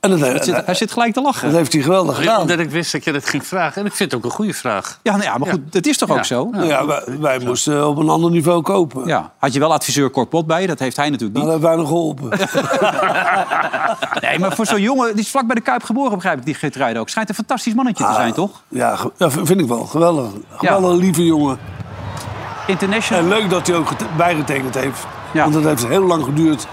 Speaker 3: En dat,
Speaker 2: Hij zit, hij zit gelijk te lachen.
Speaker 3: dat heeft hij geweldig
Speaker 4: Ja,
Speaker 3: gedaan.
Speaker 4: Omdat ik wist dat je dat ging vragen. En ik vind het ook een goede vraag.
Speaker 2: Ja, nou ja, maar goed, dat is toch
Speaker 4: Ja.
Speaker 2: ook zo?
Speaker 3: Nou ja, wij, wij moesten op een ander niveau kopen.
Speaker 2: Ja. Had je wel adviseur Corpot bij je? Dat heeft hij natuurlijk
Speaker 3: Nou,
Speaker 2: niet. Ah,
Speaker 3: dat hebben wij nog geholpen.
Speaker 2: Nee, maar voor zo'n jongen, die is vlak bij de Kuip geboren, begrijp ik, die Geertruiden ook. Schijnt een fantastisch mannetje
Speaker 3: Ah.
Speaker 2: te zijn, toch?
Speaker 3: Ja, ge- ja, vind ik wel. Geweldig. Geweldig lieve jongen.
Speaker 2: International.
Speaker 3: En leuk dat hij ook gete- bijgetekend heeft.
Speaker 2: Ja.
Speaker 3: Want dat heeft heel lang geduurd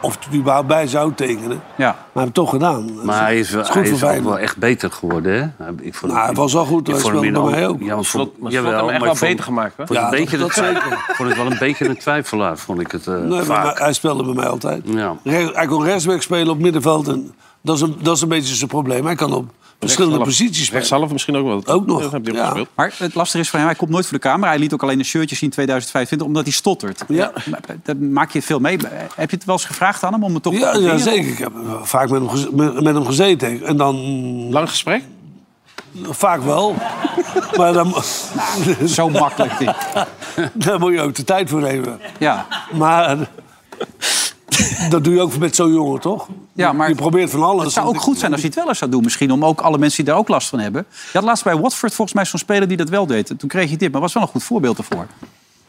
Speaker 3: of hij er überhaupt bij zou tekenen. Maar
Speaker 2: Ja.
Speaker 3: hij heeft het toch gedaan. Dat
Speaker 4: Maar hij is, wel,
Speaker 3: dat goed
Speaker 4: hij is
Speaker 3: voor
Speaker 4: ook wel
Speaker 3: Feyenoord.
Speaker 4: echt beter geworden, hè? Ik vond,
Speaker 3: Nou, hij was al goed,
Speaker 4: ik
Speaker 3: hij
Speaker 4: vond hem
Speaker 3: speelde
Speaker 4: in
Speaker 3: bij
Speaker 4: al-
Speaker 3: mij ook.
Speaker 4: Ja, want
Speaker 14: Slot-
Speaker 4: vond,
Speaker 14: maar Slot
Speaker 4: jawel,
Speaker 14: had hem echt
Speaker 4: maar
Speaker 14: wel
Speaker 4: ik vond-
Speaker 14: beter gemaakt, hoor.
Speaker 4: Vond, het
Speaker 3: Ja,
Speaker 4: een beetje
Speaker 3: dat-
Speaker 4: een
Speaker 3: dat
Speaker 4: twi-
Speaker 3: zeker.
Speaker 4: vond het wel een beetje een twijfelaar, vond ik het eh,
Speaker 3: Nee, maar
Speaker 4: vaak.
Speaker 3: hij speelde bij mij altijd.
Speaker 4: Ja.
Speaker 3: Re- Hij kon rechtsback spelen op middenveld. En dat, is een, dat is een beetje zijn probleem. Hij kan op verschillende
Speaker 14: Rechtshalf.
Speaker 3: posities spelen.
Speaker 14: Rechtshalf misschien ook wel.
Speaker 3: Ook nog,
Speaker 14: Dat heb je ook
Speaker 3: ja.
Speaker 14: gespeeld.
Speaker 2: Maar het lastige is van hem, hij komt nooit voor de camera. Hij liet ook alleen een shirtje zien in 2025, omdat hij stottert.
Speaker 3: Ja.
Speaker 2: Maar Dat maak je veel mee. Heb je het wel eens gevraagd aan hem om het toch
Speaker 3: Ja,
Speaker 2: te
Speaker 3: ja,
Speaker 2: leren?
Speaker 3: zeker. Ik heb eh, vaak met hem, gez- met, met hem gezeten. En dan
Speaker 14: Lang gesprek?
Speaker 3: vaak wel. maar dan,
Speaker 2: Zo
Speaker 3: [laughs]
Speaker 2: makkelijk. dit.
Speaker 3: daar moet je ook de tijd voor nemen.
Speaker 2: Ja.
Speaker 3: Maar eh, dat doe je ook met zo'n jongen, toch?
Speaker 2: Ja, maar
Speaker 3: je probeert van alles.
Speaker 2: Het zou ook goed zijn als hij het wel eens zou doen, misschien. Om ook alle mensen die daar ook last van hebben. Je had laatst bij Watford volgens mij zo'n speler die dat wel deed. Toen kreeg je dit, maar was wel een goed voorbeeld ervoor.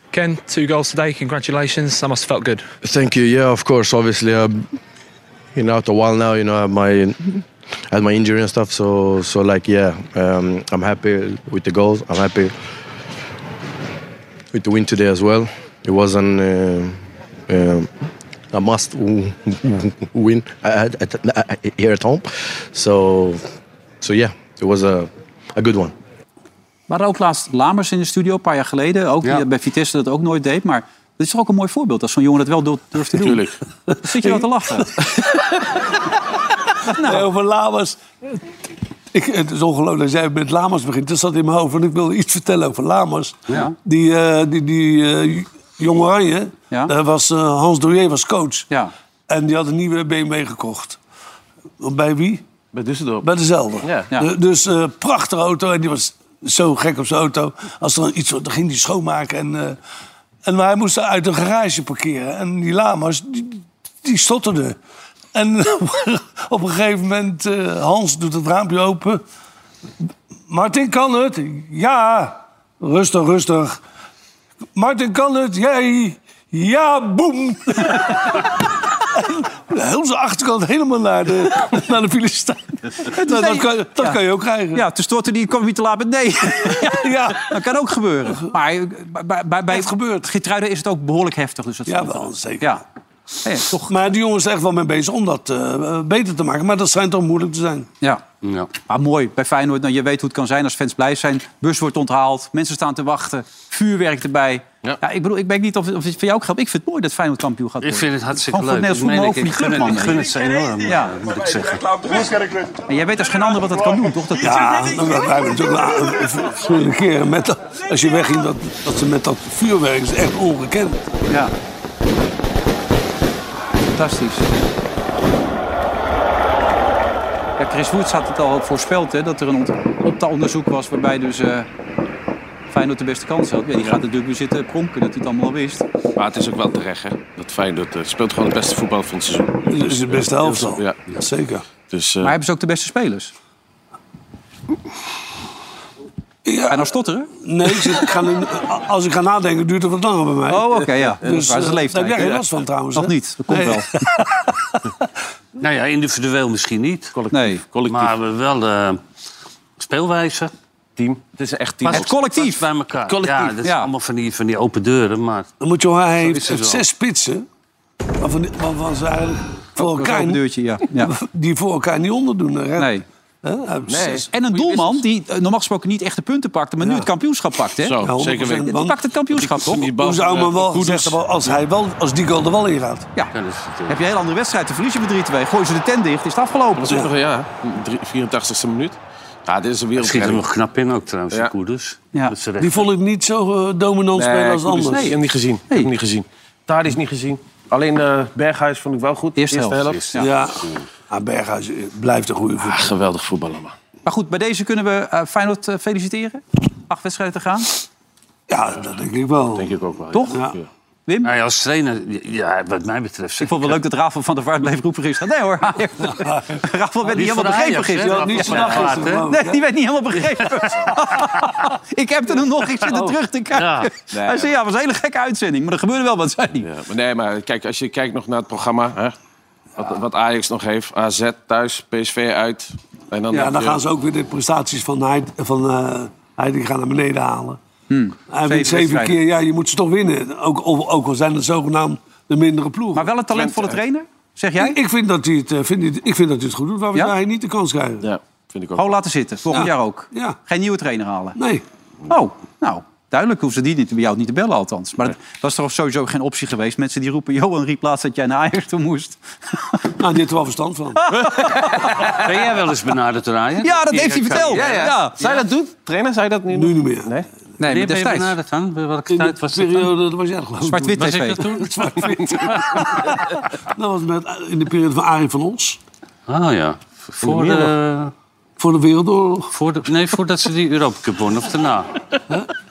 Speaker 8: Ken, two goals today. Congratulations. That must have felt good.
Speaker 15: Thank you. Yeah, of course. Obviously, um, you know, after a while now, you know, I had my I had my injury and stuff. So, so like, yeah, um, I'm happy with the goals. I'm happy with the win today as well. It wasn't. Uh, um, a must w- w- win at, at, at, here at home. So, so yeah, it was a, a good one.
Speaker 2: Maar ook laatst Lamers in de studio, een paar jaar geleden. Ook die bij Vitesse dat ook nooit deed. Maar dat is toch ook een mooi voorbeeld als zo'n jongen dat wel doet- durft te doen.
Speaker 14: Tuurlijk.
Speaker 2: Dan Zit je wel te
Speaker 4: [laughs]
Speaker 2: lachen? nou.
Speaker 3: Nee, over Lamas. Ik, het is ongelooflijk dat jij met Lamas begint. Dat zat in mijn hoofd. Want ik wilde iets vertellen over Lamas.
Speaker 2: Ja.
Speaker 3: Die, eh die, die eh, Jong Oranje, daar was, eh, Hans Douillet was coach. En die had een nieuwe BMW gekocht. Bij wie?
Speaker 14: Bij Düsseldorf.
Speaker 3: Bij dezelfde.
Speaker 14: Ja.
Speaker 3: De- dus eh prachtige auto. En die was zo gek op zijn auto. Als er dan iets was, dan ging hij schoonmaken. En, eh, en maar hij moest uit de garage parkeren. En die lama's, die, die stotterde. En [laughs] op een gegeven moment, eh, Hans doet het raampje open. Martin kan het. Ja. Rustig, rustig. Martin kan het. Jij. Ja, boem. [laughs] Heel zijn achterkant helemaal naar de, naar de Filistijn. Dat, dat kan, dat
Speaker 2: Ja.
Speaker 3: kan je ook krijgen.
Speaker 2: Ja, toen stortte die, kwam hij te laat met nee.
Speaker 3: [laughs]
Speaker 2: [laughs]
Speaker 3: ja.
Speaker 2: Dat kan ook gebeuren. Maar eh, bij, bij, bij het gebeurt. Gitruiden is het ook behoorlijk heftig. Dus dat
Speaker 3: Ja,
Speaker 2: scheelt
Speaker 3: wel,
Speaker 2: dan.
Speaker 3: zeker.
Speaker 2: Ja.
Speaker 3: Maar die jongens zijn echt wel mee bezig om dat eh, beter te maken. Maar dat schijnt toch moeilijk te zijn.
Speaker 2: Ja. Maar mooi, bij Feyenoord, nou, je weet hoe het kan zijn als fans blij zijn. Bus wordt onthaald, mensen staan te wachten, vuurwerk erbij. Ja. ik bedoel, ik weet niet of, of het voor jou ook geldt. Ik vind het mooi dat Feyenoord kampioen
Speaker 4: Ik
Speaker 2: gaat worden.
Speaker 4: vind het hartstikke
Speaker 2: Gewoon
Speaker 4: leuk.
Speaker 2: voor Nederlands
Speaker 4: Ik meen
Speaker 2: voetbal,
Speaker 4: ik, ik
Speaker 2: voor die
Speaker 4: gun het-
Speaker 2: club,
Speaker 4: ik gun
Speaker 2: man.
Speaker 4: het ze enorm,
Speaker 2: Ja.
Speaker 4: moet ik zeggen.
Speaker 2: En jij weet als geen ander wat dat kan doen, toch? Dat
Speaker 3: Ja, nou, wij hebben natuurlijk la- eh, vorige keer met dat, als je wegging, dat, dat ze met dat vuurwerk is echt ongekend.
Speaker 2: Ja. Fantastisch. Ja, Chris Woods had het al voorspeld, hè, dat er een ont- opta-onderzoek was... waarbij dus eh Feyenoord de beste kans had. Ja, die gaat natuurlijk weer zitten pronken dat hij het allemaal al wist.
Speaker 7: Maar het is ook wel terecht, hè. Dat Feyenoord eh, speelt gewoon het beste voetbal van het seizoen.
Speaker 3: Dat is de beste helft al.
Speaker 7: Ja.
Speaker 3: Zeker.
Speaker 7: Dus,
Speaker 2: Maar hebben ze ook de beste spelers?
Speaker 3: Ja.
Speaker 2: En dan stotteren?
Speaker 3: Nee, ik zit- ik ga nu- als ik ga nadenken, duurt het wat langer bij mij.
Speaker 2: Oh, oké, ja. Dat is waar, dat is
Speaker 3: eh,
Speaker 2: leeftijd.
Speaker 3: Daar heb jij geen
Speaker 2: Ja.
Speaker 3: last van trouwens.
Speaker 2: Nog
Speaker 3: hè?
Speaker 2: niet, dat komt
Speaker 3: Nee.
Speaker 2: wel.
Speaker 4: Nou ja, individueel misschien niet. Collectief.
Speaker 3: [laughs]
Speaker 4: Maar we wel eh, speelwijze. Team.
Speaker 7: Het is echt
Speaker 4: team.
Speaker 2: Het collectief.
Speaker 4: Bij elkaar.
Speaker 7: Collectief,
Speaker 4: Ja, dat is
Speaker 7: ja.
Speaker 4: allemaal van die, van die open deuren. Maar
Speaker 3: Dan moet je horen, hij
Speaker 4: Zo
Speaker 3: heeft,
Speaker 4: is het
Speaker 3: heeft
Speaker 4: wel.
Speaker 3: zes spitsen. Waarvan, die- waarvan ze eigenlijk
Speaker 2: Oh,
Speaker 3: voor elkaar,
Speaker 2: een deurtje, ja. ja.
Speaker 3: [laughs] die voor elkaar niet onderdoen. Hè?
Speaker 2: Nee.
Speaker 3: Hè? Hij heeft zes.
Speaker 2: En een doelman die eh, normaal gesproken niet echt de punten pakte... maar nu het kampioenschap pakt, hè?
Speaker 3: Zo, Ja, zeker 100%. weten.
Speaker 2: Die pakt het kampioenschap, toch?
Speaker 3: Hoe
Speaker 7: eh,
Speaker 3: zou men wel gezegd hebben als, hij wel, als die goal er wel in gaat?
Speaker 2: Ja. Heb je een hele andere wedstrijd, dan verlies je met 3-2. Gooi ze de tent dicht, is het afgelopen.
Speaker 7: Dat is ook nog een jaar. 84ste minuut. Ja, dit is een wereld.
Speaker 4: schiet er nog knap in ook trouwens,
Speaker 7: Ja.
Speaker 4: die Koerders.
Speaker 2: Ja.
Speaker 4: Dat ze recht-
Speaker 3: Die vond ik niet zo eh, dominant spelen als anders.
Speaker 7: Nee, ik heb niet gezien. Ik heb hem niet gezien. Daar is niet gezien. Alleen eh Berghuis vond ik wel goed.
Speaker 2: Eerste helft.
Speaker 3: Ja. Ah, Berghuis eh, blijft een goede voetballer.
Speaker 7: geweldig voetballer, man.
Speaker 2: Maar goed, bij deze kunnen we eh, Feyenoord eh, feliciteren. Acht wedstrijden te gaan.
Speaker 3: Ja, dat denk ik wel.
Speaker 7: Denk ik ook wel.
Speaker 2: Toch?
Speaker 3: Ja.
Speaker 2: Wim?
Speaker 4: Nou ja, als trainer, ja, wat mij betreft...
Speaker 2: Ik vond het wel leuk dat Rafael van der Vaart bleef roepen gisteren. Nee
Speaker 4: [laughs]
Speaker 2: hoor, Ajax. Rafael werd
Speaker 4: Die is
Speaker 2: niet helemaal
Speaker 4: voor
Speaker 2: begrepen
Speaker 4: Ajax, hè,
Speaker 2: gisteren.
Speaker 4: Rafael
Speaker 2: Ja.
Speaker 4: van der Vaart, hè?
Speaker 2: Nee, die werd niet helemaal begrepen. [laughs] ik heb er nu nog eens
Speaker 4: Oh.
Speaker 2: zitten terug te kijken.
Speaker 7: Ja. Nee.
Speaker 2: Hij zei, ja, het was een hele gekke uitzending. Maar er gebeurde wel wat, zei hij.
Speaker 7: Ja, maar nee, maar kijk, als je kijkt nog naar het programma... Hè, wat, wat Ajax nog heeft. AZ thuis, PSV uit. En dan
Speaker 3: Ja,
Speaker 7: heb
Speaker 3: dan
Speaker 7: je-
Speaker 3: gaan ze ook weer de prestaties van, Heid, van eh Heitinga naar beneden halen. Hij wint zeven
Speaker 2: wedstrijden.
Speaker 3: keer, ja, je moet ze toch winnen. Ook, ook, ook al zijn het zogenaamd de mindere ploegen.
Speaker 2: Maar wel een talentvolle
Speaker 3: Twente.
Speaker 2: trainer, zeg jij?
Speaker 3: Ik, ik vind dat hij het, eh, vind hij- ik vind dat hij het goed doet, waar we
Speaker 2: Ja?
Speaker 3: hij niet de kans krijgen.
Speaker 7: Ja, vind ik ook.
Speaker 2: Gewoon Oh, laten zitten, volgend
Speaker 3: Ja.
Speaker 2: jaar ook.
Speaker 3: Ja.
Speaker 2: Geen nieuwe trainer halen.
Speaker 3: Nee.
Speaker 2: Oh, nou, duidelijk hoeven ze die niet, bij jou niet te bellen althans. Maar dat was toch sowieso geen optie geweest. Mensen die roepen, Johan riep laatst dat jij naar Ajax toe moest.
Speaker 3: Nou, die heeft er wel verstand van.
Speaker 4: Ben jij wel eens benaderd door Ajax?
Speaker 2: Ja, dat heeft hij verteld.
Speaker 4: Ja, ja.
Speaker 2: Ja.
Speaker 14: Zij dat doet? Trainer, zij dat nu?
Speaker 3: Nu niet meer. Nee,
Speaker 2: Nee,
Speaker 4: Wanneer
Speaker 2: maar
Speaker 4: ben je
Speaker 2: destijds.
Speaker 4: benaderd dan? Bij welke
Speaker 3: In de
Speaker 4: tijd was dat dan?
Speaker 3: periode, dat was jij geloof ik.
Speaker 2: Zwart-wit
Speaker 4: Was ik
Speaker 2: tv.
Speaker 4: dat toen?
Speaker 3: [laughs] Zwart-wit. [laughs] dat was met, in de periode van Arie van Ons.
Speaker 4: Ah ja, voor
Speaker 3: Meer
Speaker 4: de...
Speaker 3: Voor de Wereldoorlog.
Speaker 4: Voor de, nee, voordat ze die Europa Cup wonnen, of daarna?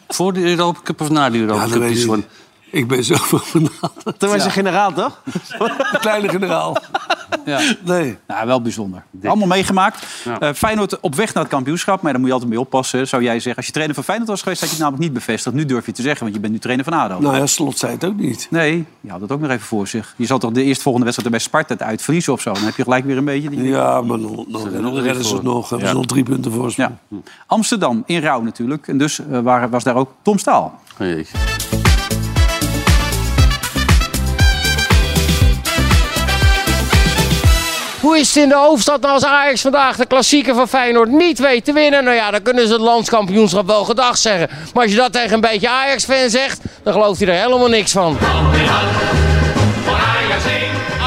Speaker 4: Voor de Europa Cup of na de Europa
Speaker 3: dat
Speaker 4: Cup?
Speaker 3: weet
Speaker 4: is
Speaker 3: ik
Speaker 4: gewoon-
Speaker 3: niet. Ik [laughs] ben zoveel benaderd.
Speaker 14: Toen was je generaal, toch?
Speaker 3: Kleine generaal.
Speaker 2: Ja.
Speaker 3: Nee.
Speaker 2: Nou, wel bijzonder. Allemaal meegemaakt.
Speaker 4: Ja.
Speaker 2: Eh, Feyenoord op weg naar het kampioenschap. Maar daar moet je altijd mee oppassen, hè, zou jij zeggen. Als je trainer van Feyenoord was geweest, had je het namelijk niet bevestigd. Nu durf je het te zeggen, want je bent nu trainer van ADO.
Speaker 3: Nou ja, Slot zei het ook niet.
Speaker 2: Nee, je had het ook nog even voor zich. Je zal toch de eerstvolgende wedstrijd er bij Sparta het uitverliezen of zo. Dan heb je gelijk weer een beetje... Die...
Speaker 3: Ja, maar dan, dan,
Speaker 4: nog
Speaker 3: redden
Speaker 4: iets
Speaker 3: ze het
Speaker 4: voor?
Speaker 3: nog. Hebben
Speaker 4: Ja.
Speaker 3: ze nog drie punten voor. Ja.
Speaker 2: Ja. Amsterdam, in rouw natuurlijk. En dus eh, waren- was daar ook Tom Staal.
Speaker 4: Jeetje.
Speaker 9: Hoe is het in de hoofdstad nou als Ajax vandaag de klassieker van Feyenoord niet weet te winnen? Nou ja, dan kunnen ze het landskampioenschap wel gedag zeggen. Maar als je dat tegen een beetje Ajax-fan zegt, dan gelooft hij er helemaal niks van.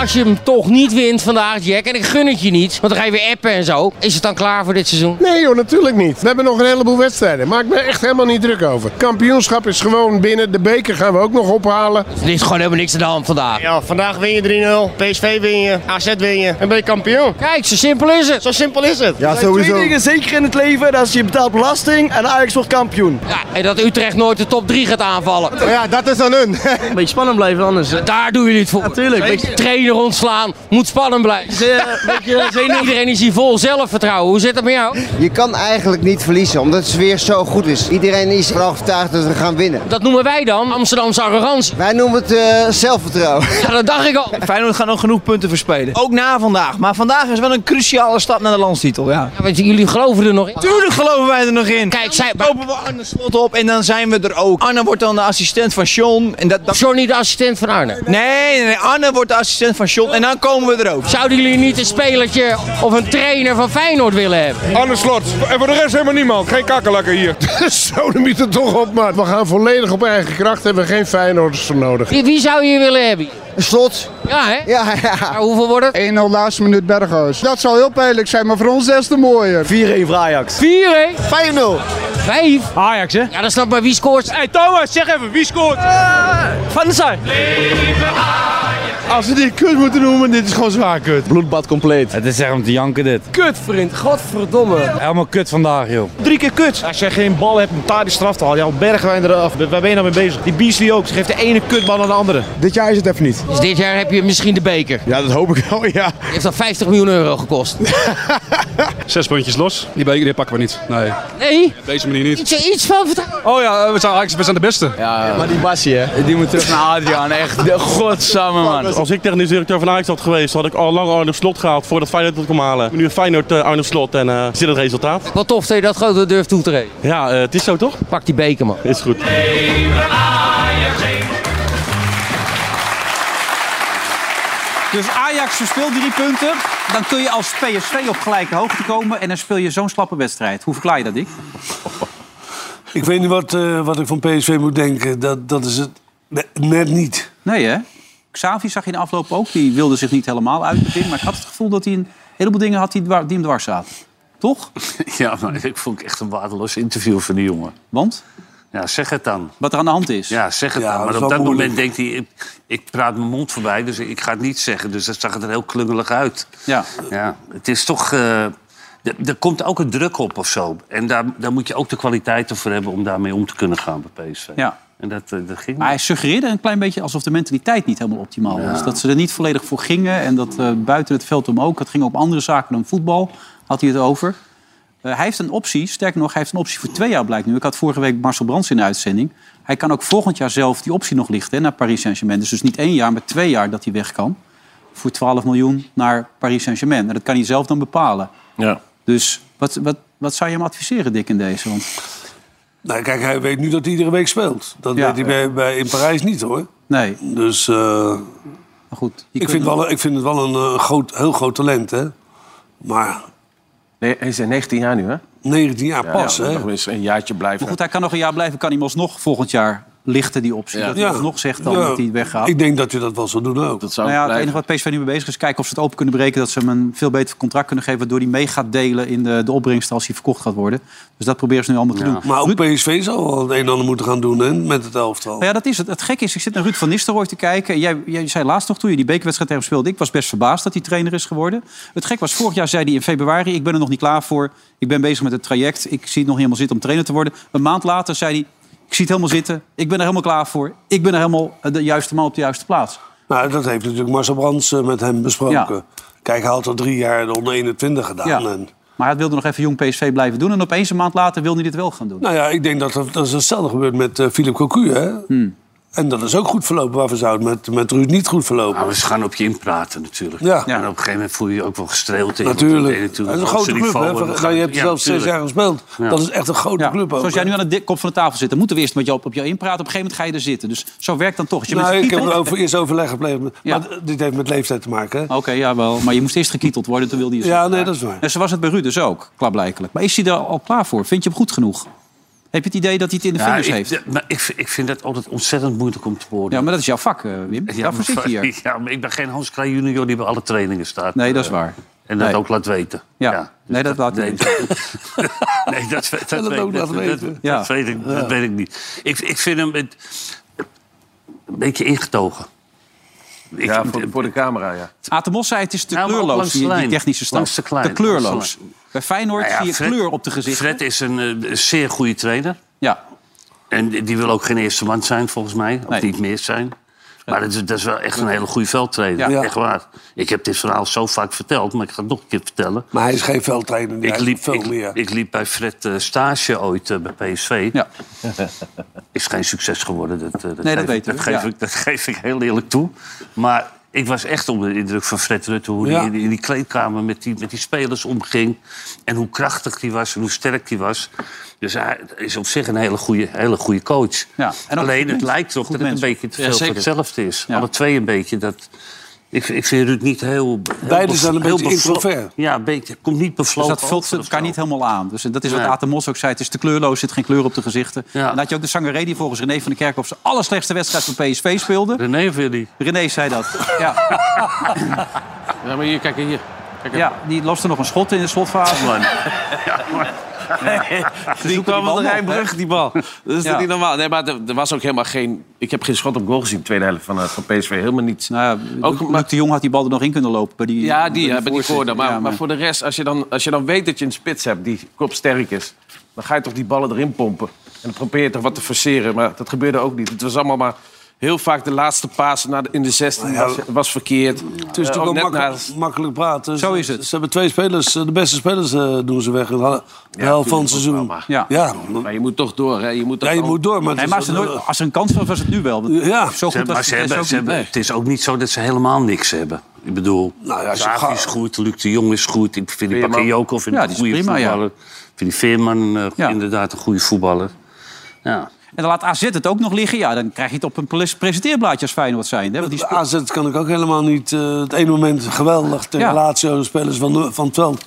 Speaker 9: Als je hem toch niet wint vandaag, Jack, en ik gun het je niet, want dan ga je weer appen en zo. Is het dan klaar voor dit seizoen?
Speaker 16: Nee joh, natuurlijk niet. We hebben nog een heleboel wedstrijden. Maak me echt helemaal niet druk over. Kampioenschap is gewoon binnen. De beker gaan we ook nog ophalen.
Speaker 9: Er is gewoon helemaal niks aan de hand vandaag.
Speaker 17: Ja, vandaag win je 3-0. PSV win je. AZ win je. En ben je kampioen.
Speaker 9: Kijk, zo simpel is het.
Speaker 17: Zo simpel is het.
Speaker 18: Ja, sowieso. Twee dingen zeker in het leven. Dat is je betaalt belasting en Ajax wordt kampioen.
Speaker 9: Ja, en dat Utrecht nooit de top 3 gaat aanvallen.
Speaker 18: Ja, dat is aan
Speaker 9: [laughs]
Speaker 18: hun. Een beetje spannend blijven anders.
Speaker 9: Daar doen jullie het voor.
Speaker 18: Natuurlijk.
Speaker 9: Beetje trainer ontslaan, moet spannend blijven. En iedereen is hier vol zelfvertrouwen. Hoe zit dat met jou?
Speaker 19: Je kan eigenlijk niet verliezen, omdat het weer zo goed is. Iedereen is ervan overtuigd dat we gaan winnen.
Speaker 9: Dat noemen wij dan Amsterdamse arrogantie.
Speaker 19: Wij noemen het eh, zelfvertrouwen.
Speaker 9: Ja, dat dacht ik al.
Speaker 18: Feyenoord gaat nog genoeg punten verspelen. Ook na vandaag. Maar vandaag is wel een cruciale stap naar de landstitel. Ja.
Speaker 9: Want jullie geloven er nog in?
Speaker 18: Tuurlijk geloven wij er nog in.
Speaker 9: Kijk, zij...
Speaker 18: Dan kopen we Arne Slot op en dan zijn we er ook. Arne wordt dan de assistent van Sean. En dat, dat...
Speaker 9: Johnny de assistent van Arne?
Speaker 18: Nee, nee, nee, Arne wordt de assistent van Sean en dan komen we er ook.
Speaker 9: Zouden jullie niet een spelertje of een trainer van Feyenoord willen hebben?
Speaker 20: Arne Slot. En voor de rest helemaal niemand. Geen kakkelakken hier.
Speaker 16: [laughs] zo de mythe toch op, maat. We gaan volledig op eigen kracht. Hebben we geen Feyenoorders voor nodig.
Speaker 9: Wie, wie zou je willen hebben?
Speaker 19: Slot.
Speaker 9: Ja, hè?
Speaker 19: Ja, ja.
Speaker 9: hoeveel wordt het?
Speaker 19: 1-0 laatste minuut Berghuis. Dat zou heel pijnlijk zijn, maar voor ons is het mooier.
Speaker 18: 4-1 voor Ajax.
Speaker 9: 4, hè?
Speaker 19: 5-0.
Speaker 9: 5?
Speaker 18: Ajax, hè?
Speaker 9: Ja, dat snap maar wie scoort.
Speaker 21: hey, Thomas, zeg even, wie scoort?
Speaker 18: Van der Sar.
Speaker 20: Als we dit kut moeten noemen, dit is gewoon zwaar kut. Bloedbad compleet.
Speaker 22: Het is echt om te janken dit.
Speaker 18: Kut, vriend. Godverdomme.
Speaker 22: Helemaal kut vandaag, joh.
Speaker 18: Drie keer kut.
Speaker 22: Als jij geen bal hebt om daar die straf te halen, jouw Bergwijn eraf. Waar ben je nou mee bezig? Die Beasley ook. Ze geeft de ene kutbal aan de andere.
Speaker 20: Dit jaar is het even niet.
Speaker 9: Dus dit jaar heb je misschien de beker.
Speaker 20: Ja, dat hoop ik wel, [laughs] ja.
Speaker 9: Die heeft al 50 miljoen euro gekost.
Speaker 23: Zes puntjes los. Die beker die pakken we niet. Nee.
Speaker 9: Nee?
Speaker 23: Op deze manier niet.
Speaker 9: Iets, iets van vertrouwen.
Speaker 23: Oh ja, we zijn, Ajax, we zijn de beste.
Speaker 22: Ja,
Speaker 18: Maar die Bassie, hè?
Speaker 22: die moet terug naar Adriaan. Echt, de godsamme man.
Speaker 23: Als ik technisch directeur van Ajax had geweest, had ik al lang Arne Slot gehaald voordat Feyenoord het kon halen. Nu Feyenoord eh, Arne Slot en eh zit het resultaat.
Speaker 9: Wat tof dat je dat grote durft toe te treden.
Speaker 23: Ja, eh, het is zo toch?
Speaker 9: Pak die beker, man.
Speaker 23: Is goed.
Speaker 2: Dus Ajax verspeelt drie punten. Dan kun je als PSV op gelijke hoogte komen. En dan speel je zo'n slappe wedstrijd. Hoe verklaar je dat, Dick?
Speaker 3: Ik weet niet wat, eh, wat ik van PSV moet denken. Dat, dat is het ne- net niet.
Speaker 2: Nee, hè? Xavi zag je in de afloop ook. Die wilde zich niet helemaal uitbevinden. Maar ik had het gevoel dat hij een heleboel dingen had die, dwa- die hem dwars zaten. Toch?
Speaker 4: [laughs] Ja, maar ik vond echt een waardeloos interview van die jongen.
Speaker 2: Want?
Speaker 4: Ja, zeg het dan.
Speaker 2: Wat er aan de hand is.
Speaker 4: Ja, zeg het dan.
Speaker 3: Ja, dat
Speaker 4: Maar
Speaker 3: is
Speaker 4: op
Speaker 3: wel
Speaker 4: dat
Speaker 3: moeilijk.
Speaker 4: moment denkt hij, ik, ik praat mijn mond voorbij, dus ik ga het niet zeggen. Dus dat zag het er heel klungelig uit.
Speaker 2: Ja.
Speaker 4: Ja, het is toch... eh, d- er komt ook een druk op of zo. En daar, daar moet je ook de kwaliteiten voor hebben om daarmee om te kunnen gaan bij PSV.
Speaker 2: Ja.
Speaker 4: En dat, eh, dat ging
Speaker 2: Maar hij suggereerde een klein beetje alsof de mentaliteit niet helemaal optimaal was. Dat ze er niet volledig voor gingen. En dat eh, buiten het veld om ook. Het ging op andere zaken dan voetbal. Had hij het over. Eh, hij heeft een optie. Sterker nog, hij heeft een optie voor twee jaar blijkt nu. Ik had vorige week Marcel Brands in de uitzending. Hij kan ook volgend jaar zelf die optie nog lichten hè, naar Paris Saint-Germain. Dus, dus niet één jaar, maar twee jaar dat hij weg kan. Voor 12 miljoen naar Paris Saint-Germain. En dat kan hij zelf dan bepalen.
Speaker 7: Ja.
Speaker 2: Dus wat, wat, wat zou je hem adviseren, Dick, in deze? Want,
Speaker 3: Nou, kijk, hij weet nu dat hij iedere week speelt. Dat
Speaker 2: Ja.
Speaker 3: weet hij bij, bij, in Parijs niet, hoor.
Speaker 2: nee,
Speaker 3: Dus eh,
Speaker 2: maar goed. je
Speaker 3: ik,
Speaker 2: kunt
Speaker 3: vind
Speaker 2: nog-
Speaker 3: wel, een- ik vind het wel een eh, groot, heel groot talent, hè. Maar
Speaker 14: Nee, hij is 19 jaar nu, hè?
Speaker 3: 19 jaar pas,
Speaker 7: ja,
Speaker 3: hè.
Speaker 7: nog eens een jaartje blijven.
Speaker 2: Maar goed, hij kan nog een jaar blijven. Kan hij hem alsnog volgend jaar lichten, die optie?
Speaker 7: Ja.
Speaker 2: Dat hij
Speaker 3: Ja.
Speaker 2: alsnog zegt dan
Speaker 3: Ja.
Speaker 2: dat hij weggaat.
Speaker 3: Ik denk dat je dat wel zou doen ook.
Speaker 7: Dat zou
Speaker 2: Nou ja, het
Speaker 7: blijven.
Speaker 2: enige wat PSV nu mee bezig is, kijken of ze het open kunnen breken. Dat ze hem een veel beter contract kunnen geven. Waardoor hij mee gaat delen in de, de opbrengst als hij verkocht gaat worden. Dus dat proberen ze nu allemaal te doen.
Speaker 3: Maar ook PSV zou wel het een en ander moeten gaan doen, hè, met het elftal.
Speaker 2: Nou ja, dat is het. Het gekke is, ik zit naar Ruud van Nistelrooy te kijken. En Jij, jij zei laatst nog toen je die bekerwedstrijd tegen hem speelde... ik was best verbaasd dat hij trainer is geworden. Het gek was, vorig jaar zei hij in februari... ik ben er nog niet klaar voor, ik ben bezig met het traject... ik zie het nog niet helemaal zitten om trainer te worden. Een maand later zei hij, ik zie het helemaal zitten... ik ben er helemaal klaar voor, ik ben er helemaal eh, de juiste man op de juiste plaats.
Speaker 3: Nou, dat heeft natuurlijk Marcel Brands eh, met hem besproken. Kijk, hij had al drie jaar de onder 21 gedaan.
Speaker 2: Ja.
Speaker 3: En,
Speaker 2: Maar hij wilde nog even jong PSV blijven doen... en opeens een maand later wilde hij dit wel gaan doen. Hmm.
Speaker 3: nou ja, ik denk dat dat, dat is hetzelfde gebeurd met eh Philip Cocu, hè. En dat is ook goed verlopen. Waarvoor zou het met, met Ruud niet goed
Speaker 2: Ah,
Speaker 3: verlopen?
Speaker 4: Maar ze gaan op je inpraten natuurlijk.
Speaker 3: Ja.
Speaker 4: En op een gegeven moment voel je je ook wel gestreeld. in.
Speaker 3: Natuurlijk.
Speaker 4: Want dan
Speaker 3: Dat
Speaker 4: ben
Speaker 3: is
Speaker 4: je
Speaker 3: een
Speaker 4: natuurlijk
Speaker 3: grote
Speaker 4: op zijn
Speaker 3: club, hè?
Speaker 4: niveau,
Speaker 3: Van-
Speaker 4: dan
Speaker 3: nou, je hebt
Speaker 4: gaat-
Speaker 3: zelfs
Speaker 4: tuurlijk.
Speaker 3: zes jaar gespeeld.
Speaker 4: Ja.
Speaker 3: Dat is echt een grote club ook.
Speaker 2: Zoals jij nu aan de dik- kop van de tafel zit, dan moeten we eerst met jou op, op jou inpraten. Op een gegeven moment ga je er zitten. Dus zo werkt dan toch. Als je
Speaker 3: Nou,
Speaker 2: mensen
Speaker 3: ik heb
Speaker 2: kietelt-
Speaker 3: over, eerst overleg gepleegd. met-
Speaker 2: Ja.
Speaker 3: Maar d- dit heeft met leeftijd te maken. hè?
Speaker 2: Oké, jawel. Maar je moest eerst gekieteld worden, toen wilde je...
Speaker 3: Ja, nee, dat is waar.
Speaker 2: En zo was het bij Ruud dus ook, klaarblijkelijk. Maar is hij daar al klaar voor? Vind je hem goed genoeg? Heb je het idee dat hij het in de
Speaker 4: Ja,
Speaker 2: vingers
Speaker 4: ik,
Speaker 2: heeft?
Speaker 4: ja, maar ik, vind- ik vind dat altijd ontzettend moeilijk om te worden.
Speaker 2: Ja, maar dat is jouw vak, eh, Wim. Daarvoor zit je hier.
Speaker 4: [laughs] Ja, maar ik ben geen Hans Kraaij junior die bij alle trainingen staat.
Speaker 2: Nee, dat is
Speaker 4: eh,
Speaker 2: waar.
Speaker 4: En dat
Speaker 2: Nee.
Speaker 4: ook laat weten.
Speaker 2: Ja. nee, dat laat
Speaker 4: Nee,
Speaker 2: ik
Speaker 4: dat, [laughs] nee, dat, dat,
Speaker 2: dat
Speaker 4: weet,
Speaker 2: ook
Speaker 4: dat,
Speaker 2: laat
Speaker 4: dat-
Speaker 2: weten.
Speaker 4: dat
Speaker 2: Ja.
Speaker 4: weet ik, dat
Speaker 2: Ja.
Speaker 4: weet ik niet. Ik, ik vind hem het, een beetje ingetogen.
Speaker 7: Ja, voor, voor de camera, ja.
Speaker 2: Atemos zei het is te
Speaker 4: Ja, maar ook
Speaker 2: kleurloos,
Speaker 4: langs de
Speaker 2: die, die
Speaker 4: lijn.
Speaker 2: technische stap.
Speaker 4: Langs de lijn,
Speaker 2: Te kleurloos.
Speaker 4: langs de
Speaker 2: Bij Feyenoord
Speaker 4: Nou ja,
Speaker 2: zie je
Speaker 4: Fred-
Speaker 2: kleur op de gezichten.
Speaker 4: Fred is een eh, zeer goede trainer.
Speaker 2: Ja.
Speaker 4: En die die wil ook geen eerste man zijn, volgens mij. Of
Speaker 2: Nee.
Speaker 4: niet meer zijn. Maar dat is, dat is wel echt een hele goede veldtrainer.
Speaker 3: Ja.
Speaker 4: Echt waar. Ik heb dit verhaal zo vaak verteld, maar ik ga het nog een keer vertellen.
Speaker 3: Maar hij is geen veldtrainer.
Speaker 4: Ik
Speaker 3: hij
Speaker 4: liep,
Speaker 3: heeft veel
Speaker 4: ik,
Speaker 3: meer.
Speaker 4: ik liep bij Fred eh, stage ooit eh, bij PSV.
Speaker 2: Ja. Dus
Speaker 4: Is geen succes geworden. Dat, eh, dat,
Speaker 2: Nee, dat
Speaker 4: geef, ik-
Speaker 2: weten we,
Speaker 4: dat, geef
Speaker 2: ja.
Speaker 4: ik, dat geef ik heel eerlijk toe. Maar ik was echt onder de indruk van Fred Rutte. Hoe
Speaker 3: Ja.
Speaker 4: hij in die, in die kleedkamer met die, met die spelers omging. En hoe krachtig die was en hoe sterk die was. Dus hij is op zich een hele goede, hele goede coach.
Speaker 2: Ja, en ook
Speaker 4: Alleen
Speaker 2: goed
Speaker 4: het
Speaker 2: mens.
Speaker 4: lijkt toch
Speaker 2: Goed
Speaker 4: dat het een
Speaker 2: mens.
Speaker 4: beetje te
Speaker 2: Ja,
Speaker 4: veel van
Speaker 2: zeker.
Speaker 4: hetzelfde is.
Speaker 2: Ja.
Speaker 4: Alle twee een beetje. Dat, ik, ik vind Ruud niet heel... heel
Speaker 3: Beide
Speaker 4: bev-
Speaker 3: zijn een
Speaker 4: heel
Speaker 3: beetje
Speaker 4: bevlo-
Speaker 3: introvert.
Speaker 4: Ja, een beetje. Komt niet
Speaker 2: Dus
Speaker 4: bevlogen
Speaker 2: dat vult
Speaker 4: over of
Speaker 2: elkaar
Speaker 4: zo.
Speaker 2: niet helemaal aan. Dus dat is wat
Speaker 4: Nee.
Speaker 2: Atemos ook zei. Het is te kleurloos, er zit geen kleur op de gezichten. En dan had je ook de Sangaré die volgens René van der Kerkhoff... zijn allerslechtste wedstrijd van PSV speelde.
Speaker 4: René Willy.
Speaker 2: René zei dat, ja.
Speaker 7: Ja, maar hier, kijk hier. Kijk
Speaker 2: ja die lost er nog een schot in de slotfase. [laughs]
Speaker 4: Ja, Oh, maar-
Speaker 7: Die
Speaker 2: zoeken
Speaker 7: kwam
Speaker 2: die
Speaker 7: op
Speaker 2: bal
Speaker 7: de
Speaker 2: nog,
Speaker 7: Rijnbrug,
Speaker 2: hè?
Speaker 7: die [laughs] bal. Dat is
Speaker 2: Ja.
Speaker 7: toch niet normaal? Nee, maar er, er was ook helemaal geen... Ik heb geen schot op goal gezien in de tweede helft van, eh, van PSV. Helemaal niets.
Speaker 2: Nou ja,
Speaker 7: Ook,
Speaker 2: Luc de Jong had die bal er nog in kunnen lopen. Bij die,
Speaker 7: Ja, die
Speaker 2: bij
Speaker 7: hebben die
Speaker 2: voorzet.
Speaker 7: koorden. Maar,
Speaker 2: Ja,
Speaker 7: maar voor de rest, als je, dan, als je dan weet dat je een spits hebt die kopsterk is... dan ga je toch die ballen erin pompen. En dan probeer je toch wat te forceren. Maar dat gebeurde ook niet. Het was allemaal maar... Heel vaak de laatste paas naar de- in de 16
Speaker 3: Nou ja,
Speaker 7: was, was verkeerd.
Speaker 3: Het is
Speaker 7: Eh, ook
Speaker 3: natuurlijk ook
Speaker 7: net
Speaker 3: makkelijk,
Speaker 7: naast-
Speaker 3: makkelijk praten. Ze-
Speaker 2: Zo is het.
Speaker 3: Ze hebben twee spelers, eh, de beste spelers eh, doen ze weg. De hel- de helft van het
Speaker 7: tuurlijk, ook wel,
Speaker 3: seizoen.
Speaker 7: maar-
Speaker 2: Ja.
Speaker 3: Ja,
Speaker 7: Maar je moet toch door, hè? Je moet,
Speaker 3: Ja, je moet door. Maar,
Speaker 2: Nee,
Speaker 3: het
Speaker 2: maar eh,
Speaker 3: is-
Speaker 2: als er, nooit- als er een kans was, was het nu wel. Want
Speaker 3: Ja.
Speaker 2: Zo goed
Speaker 4: Ze- maar
Speaker 2: was
Speaker 4: ze
Speaker 2: het
Speaker 4: hebben,
Speaker 2: ook
Speaker 4: ze hebben,
Speaker 2: niet.
Speaker 4: het is ook niet zo dat ze helemaal niks hebben. Ik bedoel,
Speaker 3: Nou ja, als je
Speaker 4: Xavi
Speaker 3: gaat-
Speaker 4: is goed, Luc de Jong is goed. Ik vind die
Speaker 2: Veerman.
Speaker 4: Bakayoko vind
Speaker 2: Ja,
Speaker 4: ik
Speaker 2: die
Speaker 4: een
Speaker 2: is
Speaker 4: goede
Speaker 2: prima, ja.
Speaker 4: voetballer. Ik vind die Veerman eh, inderdaad een goede voetballer. Ja.
Speaker 2: En dan laat AZ het ook nog liggen. Ja, dan krijg je het op een pres- presenteerblaadje als Feyenoord zijn. Hè? Want die
Speaker 3: Met AZ kan ik ook helemaal niet. eh, het ene moment geweldig tegen
Speaker 2: Ja.
Speaker 3: Lazio, de spelers van, de- van het veld.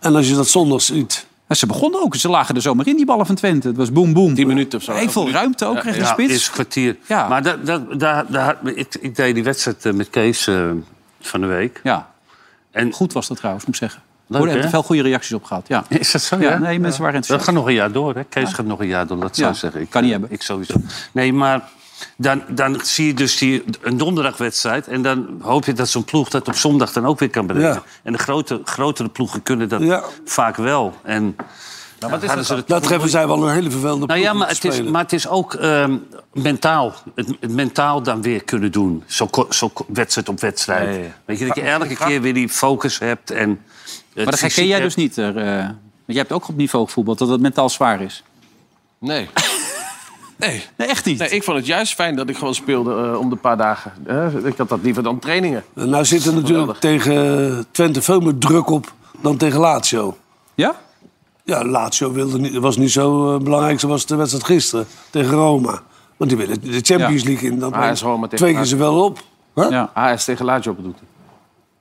Speaker 3: En als je dat zondag ziet.
Speaker 2: En ze begonnen ook. Ze lagen er zomaar in, die ballen van Twente. Het was boom, boom.
Speaker 7: 10 minuten of zo.
Speaker 2: Heel veel ruimte ook, kreeg de
Speaker 4: Ja,
Speaker 2: spits.
Speaker 4: is een kwartier.
Speaker 2: Ja.
Speaker 4: Maar dat, dat, daar, daar, ik, ik deed die wedstrijd eh, met Kees eh, van de week.
Speaker 2: Ja.
Speaker 4: En
Speaker 2: Goed was dat trouwens, moet ik zeggen.
Speaker 4: Leuk,
Speaker 2: Hoor, er hebben
Speaker 4: hè?
Speaker 2: veel goede reacties op gehad. Ja.
Speaker 4: Is dat zo?
Speaker 2: Ja,
Speaker 4: Ja,
Speaker 2: nee, mensen waren enthousiast.
Speaker 4: We gaan nog een jaar door, hè? Kees gaat nog een jaar door, dat
Speaker 2: Ja,
Speaker 4: zou zeggen. Ik,
Speaker 2: kan niet
Speaker 4: eh,
Speaker 2: hebben.
Speaker 4: Ik sowieso. Nee, maar dan, dan zie je dus die, een donderdagwedstrijd... en dan hoop je dat zo'n ploeg dat op zondag dan ook weer kan bereiken.
Speaker 3: Ja.
Speaker 4: En de grote, grotere ploegen kunnen dat
Speaker 3: Ja.
Speaker 4: vaak wel.
Speaker 2: Nou,
Speaker 4: En,
Speaker 7: wat is
Speaker 4: hadden ze
Speaker 7: dat
Speaker 3: Daar treffen zij wel een hele vervelende
Speaker 4: nou ja,
Speaker 3: ploeg om
Speaker 4: maar
Speaker 3: te
Speaker 4: het, is,
Speaker 3: spelen.
Speaker 4: maar het is ook ehm, mentaal. Het, het mentaal dan weer kunnen doen. Zo, ko- zo ko- wedstrijd op wedstrijd.
Speaker 7: Ja, ja, ja.
Speaker 4: Weet je, dat je elke keer weer die focus hebt. En
Speaker 2: Maar dat herken jij dus niet. Er, eh, want jij hebt ook op niveau gevoetbald dat het mentaal zwaar is.
Speaker 7: Nee. Nee.
Speaker 2: Nee, echt niet.
Speaker 7: Nee, ik vond het juist fijn dat ik gewoon speelde eh, om de paar dagen. Eh, ik had dat liever dan trainingen.
Speaker 3: En Nou zit er natuurlijk tegen eh, Twente veel meer druk op dan tegen Lazio.
Speaker 2: Ja?
Speaker 3: Ja, Lazio wilde niet, was niet zo eh, belangrijk zoals de wedstrijd gisteren tegen Roma. Want die willen de Champions
Speaker 2: Ja. Ah,
Speaker 3: League in. Dan
Speaker 7: Maar hij is Roma tegen
Speaker 3: twee keer
Speaker 7: Lazio.
Speaker 3: ze wel op. Huh?
Speaker 2: Ja.
Speaker 7: AS tegen Lazio bedoelt hij.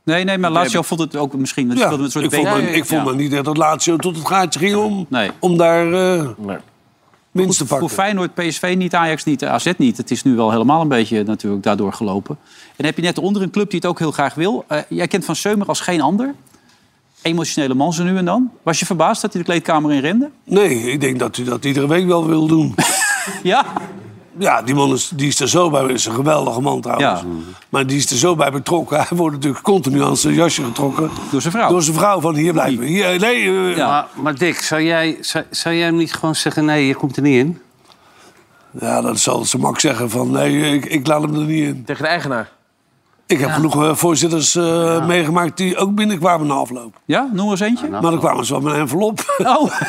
Speaker 2: Nee, nee, maar
Speaker 7: Nee,
Speaker 2: Lazio
Speaker 7: maar-
Speaker 2: vond het ook misschien... dat
Speaker 3: Ja,
Speaker 2: speelde met een
Speaker 3: ik
Speaker 2: soort
Speaker 3: vond,
Speaker 2: benen-
Speaker 3: maar, ik vond
Speaker 2: Ja.
Speaker 3: maar niet echt dat Lazio tot het gaatje ging om,
Speaker 2: Nee.
Speaker 3: om daar eh
Speaker 7: Nee.
Speaker 3: winst te
Speaker 2: Voor
Speaker 3: pakken.
Speaker 2: Feyenoord, PSV niet, Ajax niet, AZ niet. Het is nu wel helemaal een beetje natuurlijk daardoor gelopen. En heb je net onder een club die het ook heel graag wil. Eh, jij kent Van Seumer als geen ander. Emotionele man zo nu en dan. Was je verbaasd dat hij de kleedkamer in rende?
Speaker 3: Nee, ik denk dat hij dat iedere week wel
Speaker 2: [laughs]
Speaker 3: wil doen.
Speaker 2: Ja?
Speaker 3: ja, die man is, die is er zo bij. is een geweldige man trouwens.
Speaker 2: Ja.
Speaker 3: Maar die is er zo bij betrokken. [laughs] Hij wordt natuurlijk continu aan zijn jasje getrokken.
Speaker 2: Door zijn vrouw.
Speaker 3: Door zijn vrouw van hier blijven. Hier, nee, eh, ja.
Speaker 4: Maar, Ah, maar Dick, zou jij, zou, zou jij hem niet gewoon zeggen... nee, je komt er niet in?
Speaker 3: dat zal ze mak zeggen van nee, ik, ik laat hem er niet in.
Speaker 7: Tegen de eigenaar.
Speaker 3: Ik heb genoeg eh, voorzitters eh, meegemaakt die ook binnenkwamen na afloop.
Speaker 2: Ja, noem eens eentje.
Speaker 3: Maar dan kwamen ze wel met een envelop.
Speaker 2: Oh,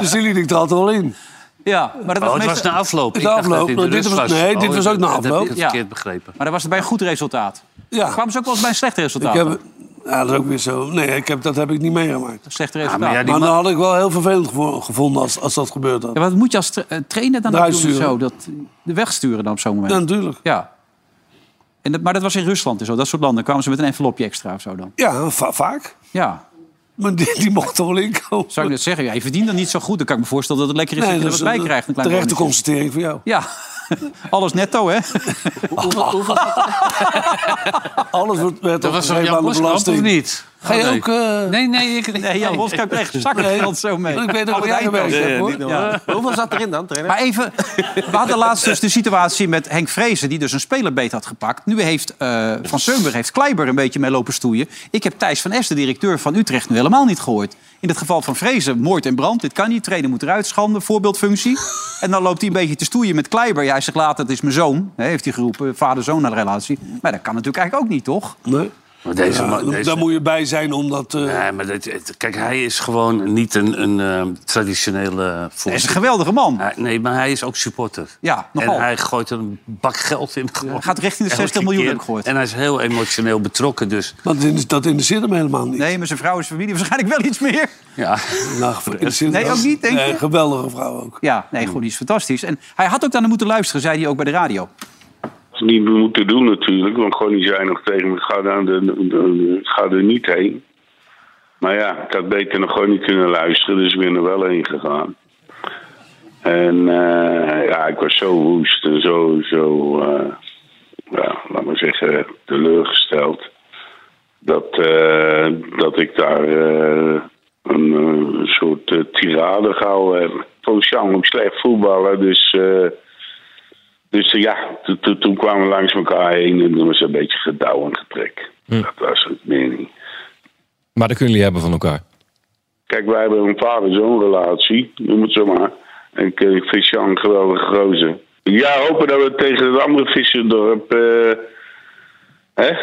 Speaker 3: dus die liet ik er altijd wel in.
Speaker 2: [laughs] Ja, maar dat was,
Speaker 4: Oh, het
Speaker 2: meestal-
Speaker 4: was na afloop. Ik
Speaker 2: Na
Speaker 4: dacht dat
Speaker 2: afloop.
Speaker 4: dit de
Speaker 3: Nou,
Speaker 2: Dit
Speaker 4: rust
Speaker 2: was- nee, dit
Speaker 4: Oh,
Speaker 2: was ook na
Speaker 4: dat heb
Speaker 2: afloop.
Speaker 4: ik het
Speaker 2: Ja.
Speaker 4: verkeerd begrepen.
Speaker 2: Maar dat was er bij een goed resultaat. Ja. Kwamen ze ook wel eens bij een slecht
Speaker 3: Ik
Speaker 2: resultaat?
Speaker 3: heb, ja, dat is ook weer zo. Nee, ik heb, dat heb ik niet meegemaakt.
Speaker 2: Slecht
Speaker 3: maar,
Speaker 2: resultaat.
Speaker 3: maar dan had ik wel heel vervelend gevo- gevonden als, als dat gebeurd had.
Speaker 2: Ja, wat moet je als tra- eh, trainer dan
Speaker 3: Eruit
Speaker 2: ook doen?
Speaker 3: sturen.
Speaker 2: Zo, dat, de weg sturen dan op zo'n moment?
Speaker 3: Ja, natuurlijk.
Speaker 2: Ja. En dat, maar dat was in Rusland en zo. Dat soort landen kwamen ze met een envelopje extra of zo dan.
Speaker 3: Ja, va- vaak.
Speaker 2: Ja.
Speaker 3: Maar die, die mocht toch wel inkomen?
Speaker 2: Zou ik net zeggen, ja, je verdient dat niet zo goed. Dan kan ik me voorstellen dat het lekker is dat je er
Speaker 3: is
Speaker 2: wat bij
Speaker 3: een
Speaker 2: krijgt. Een klein
Speaker 3: dus, eh, terechte
Speaker 2: bonusje.
Speaker 3: constatering voor jou.
Speaker 2: Ja. [laughs] Alles netto, hè?
Speaker 3: Alles wordt werd
Speaker 4: Dat was van
Speaker 3: opgegeven
Speaker 4: Jan
Speaker 3: aan de
Speaker 4: Boskamp,
Speaker 3: belasting.
Speaker 4: of niet?
Speaker 3: Ga je
Speaker 4: Oh, nee.
Speaker 3: ook... eh,
Speaker 4: Nee, nee, ik...
Speaker 2: Nee, Jan Boskamp kreeg zakkenveld zo mee.
Speaker 3: Ik weet ook waar jij gewerkt
Speaker 2: Ja,
Speaker 3: hebt,
Speaker 2: ja,
Speaker 3: hoor.
Speaker 2: niet normaal.
Speaker 3: Ja.
Speaker 14: [laughs] Hoeveel zat erin dan, trainer?
Speaker 2: Maar even, we hadden laatst dus de situatie met Henk Vrezen... die dus een speler beet had gepakt. Nu heeft eh, Van Seumburg, heeft Kleiber een beetje mee lopen stoeien. Ik heb Thijs van Es, de directeur van Utrecht, nu helemaal niet gehoord. In het geval van Vrezen, moord en brand. Dit kan niet, trainer moet eruit schanden, voorbeeldfunctie. En dan loopt hij een beetje te stoeien met Kleiber. Ja, hij zegt later, het is mijn zoon, hè, heeft hij geroepen. Vader-zoon naar de relatie. Maar dat kan natuurlijk eigenlijk ook niet, toch?
Speaker 3: Nee.
Speaker 4: Maar deze,
Speaker 3: Ja,
Speaker 4: man-
Speaker 3: dan-
Speaker 4: deze-
Speaker 3: Daar moet je bij zijn om dat... eh,
Speaker 4: Nee, maar dit- het- kijk, hij is gewoon niet een, een eh, traditionele
Speaker 2: Hij is een
Speaker 4: voorzitter.
Speaker 2: geweldige man.
Speaker 4: Hij- nee, maar hij is ook supporter.
Speaker 2: Ja,
Speaker 4: En
Speaker 2: nogal.
Speaker 4: hij gooit er een bak geld in. gewoon.
Speaker 2: gaat richting de 60 miljoen, heb ik gehoord.
Speaker 4: En hij is heel emotioneel betrokken, dus...
Speaker 3: Dat, in- dat interesseert hem helemaal niet.
Speaker 2: Nee, maar zijn vrouw is familie [laughs] waarschijnlijk wel iets meer.
Speaker 4: Ja.
Speaker 3: Nou,
Speaker 4: [laughs]
Speaker 3: interesseert
Speaker 2: Nee,
Speaker 3: hem
Speaker 2: ook niet, denk
Speaker 3: Nee,
Speaker 2: je?
Speaker 3: geweldige vrouw ook.
Speaker 2: Ja, nee, goed, die is fantastisch. En hij had ook naar hem moeten luisteren, zei hij ook bij de radio.
Speaker 1: is niet moeten doen natuurlijk, want Connie zei nog tegen me, ga, dan de, de- de- ga er niet heen. Maar ja, ik had beter nog gewoon niet kunnen luisteren, dus ik ben er wel heen gegaan. En eh, ja, ik was zo woest en zo, zo eh, ja, laat maar zeggen, teleurgesteld. Dat, eh, dat ik daar eh, een, eh, soort eh, tirade gehouden heb. Ik vond Sjaan ook slecht voetballen, dus... eh, dus eh, ja, to- to- toen kwamen we langs elkaar heen en toen was het een beetje gedouw en getrek.
Speaker 5: Hm.
Speaker 1: Dat was het meer niet.
Speaker 5: Maar dat kunnen jullie hebben van elkaar.
Speaker 1: Kijk, wij hebben een vader-zoon relatie, noem het zo maar. En ik, eh, ik vind Jan een geweldige gozer. Ja, hopen dat we tegen het andere visserdorp... eh, hè?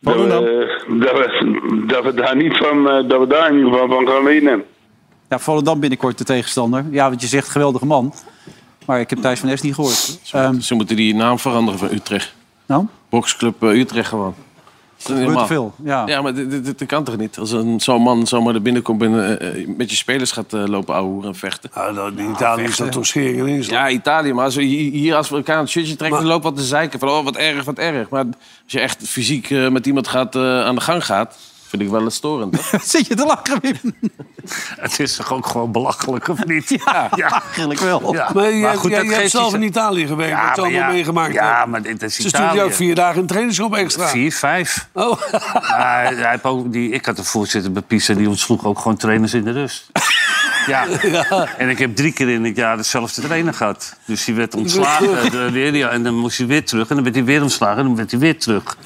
Speaker 1: Dat we, eh, dat, we, dat we daar niet van, eh, dat we daar in ieder geval van gaan winnen.
Speaker 2: Ja, Nou, Volendam binnenkort de tegenstander. Ja, want je zegt geweldige man. Maar ik heb Thijs van Es niet gehoord. Ehm,
Speaker 14: ehm, Ze moeten die naam veranderen van Utrecht.
Speaker 2: Nou?
Speaker 14: Boxclub eh, Utrecht gewoon. Dat
Speaker 2: gebeurt te veel, ja.
Speaker 14: maar dit, dit, dit kan toch niet? Als een, zo'n man zomaar er binnenkomt en eh, eh, met je spelers gaat eh, lopen ouwehoeren en vechten.
Speaker 4: Nou,
Speaker 3: in Italië is Nou, dat toch schering en inslag.
Speaker 14: Ja, Italië. Maar als we hi- hier als we elkaar een shirtje trekken, dan loopt wat te zeiken. Van, oh, wat erg, wat erg. Maar als je echt fysiek eh, met iemand gaat, eh, aan de gang gaat, vind ik wel eens storend. hè?
Speaker 2: [laughs] Zit je te lachen, Wim?
Speaker 4: Het is toch ook gewoon belachelijk, of niet? [laughs] Ja,
Speaker 2: eigenlijk wel.
Speaker 3: Maar je,
Speaker 4: dat
Speaker 3: hebt- jij- je hebt
Speaker 4: geeft
Speaker 3: zelf
Speaker 4: iets-
Speaker 3: in Italië gewerkt,
Speaker 4: Ja,
Speaker 3: wat je
Speaker 4: maar
Speaker 3: allemaal
Speaker 4: ja,
Speaker 3: meegemaakt
Speaker 4: ja,
Speaker 3: hebt.
Speaker 4: maar dit is
Speaker 3: Ze stuurt
Speaker 4: Italië.
Speaker 3: jou ook vier dagen een trainingsgroep extra.
Speaker 4: Vier, vijf.
Speaker 3: Oh.
Speaker 4: Maar hij heeft ook die, ik had een voorzitter bij Pisa, die ontsloeg ook gewoon trainers in de rust. Ja. en ik heb drie keer in het jaar dezelfde trainer gehad. Dus die werd ontslagen. de- de- ja, en dan moest hij weer terug. En dan werd hij weer ontslagen. En dan werd hij weer terug.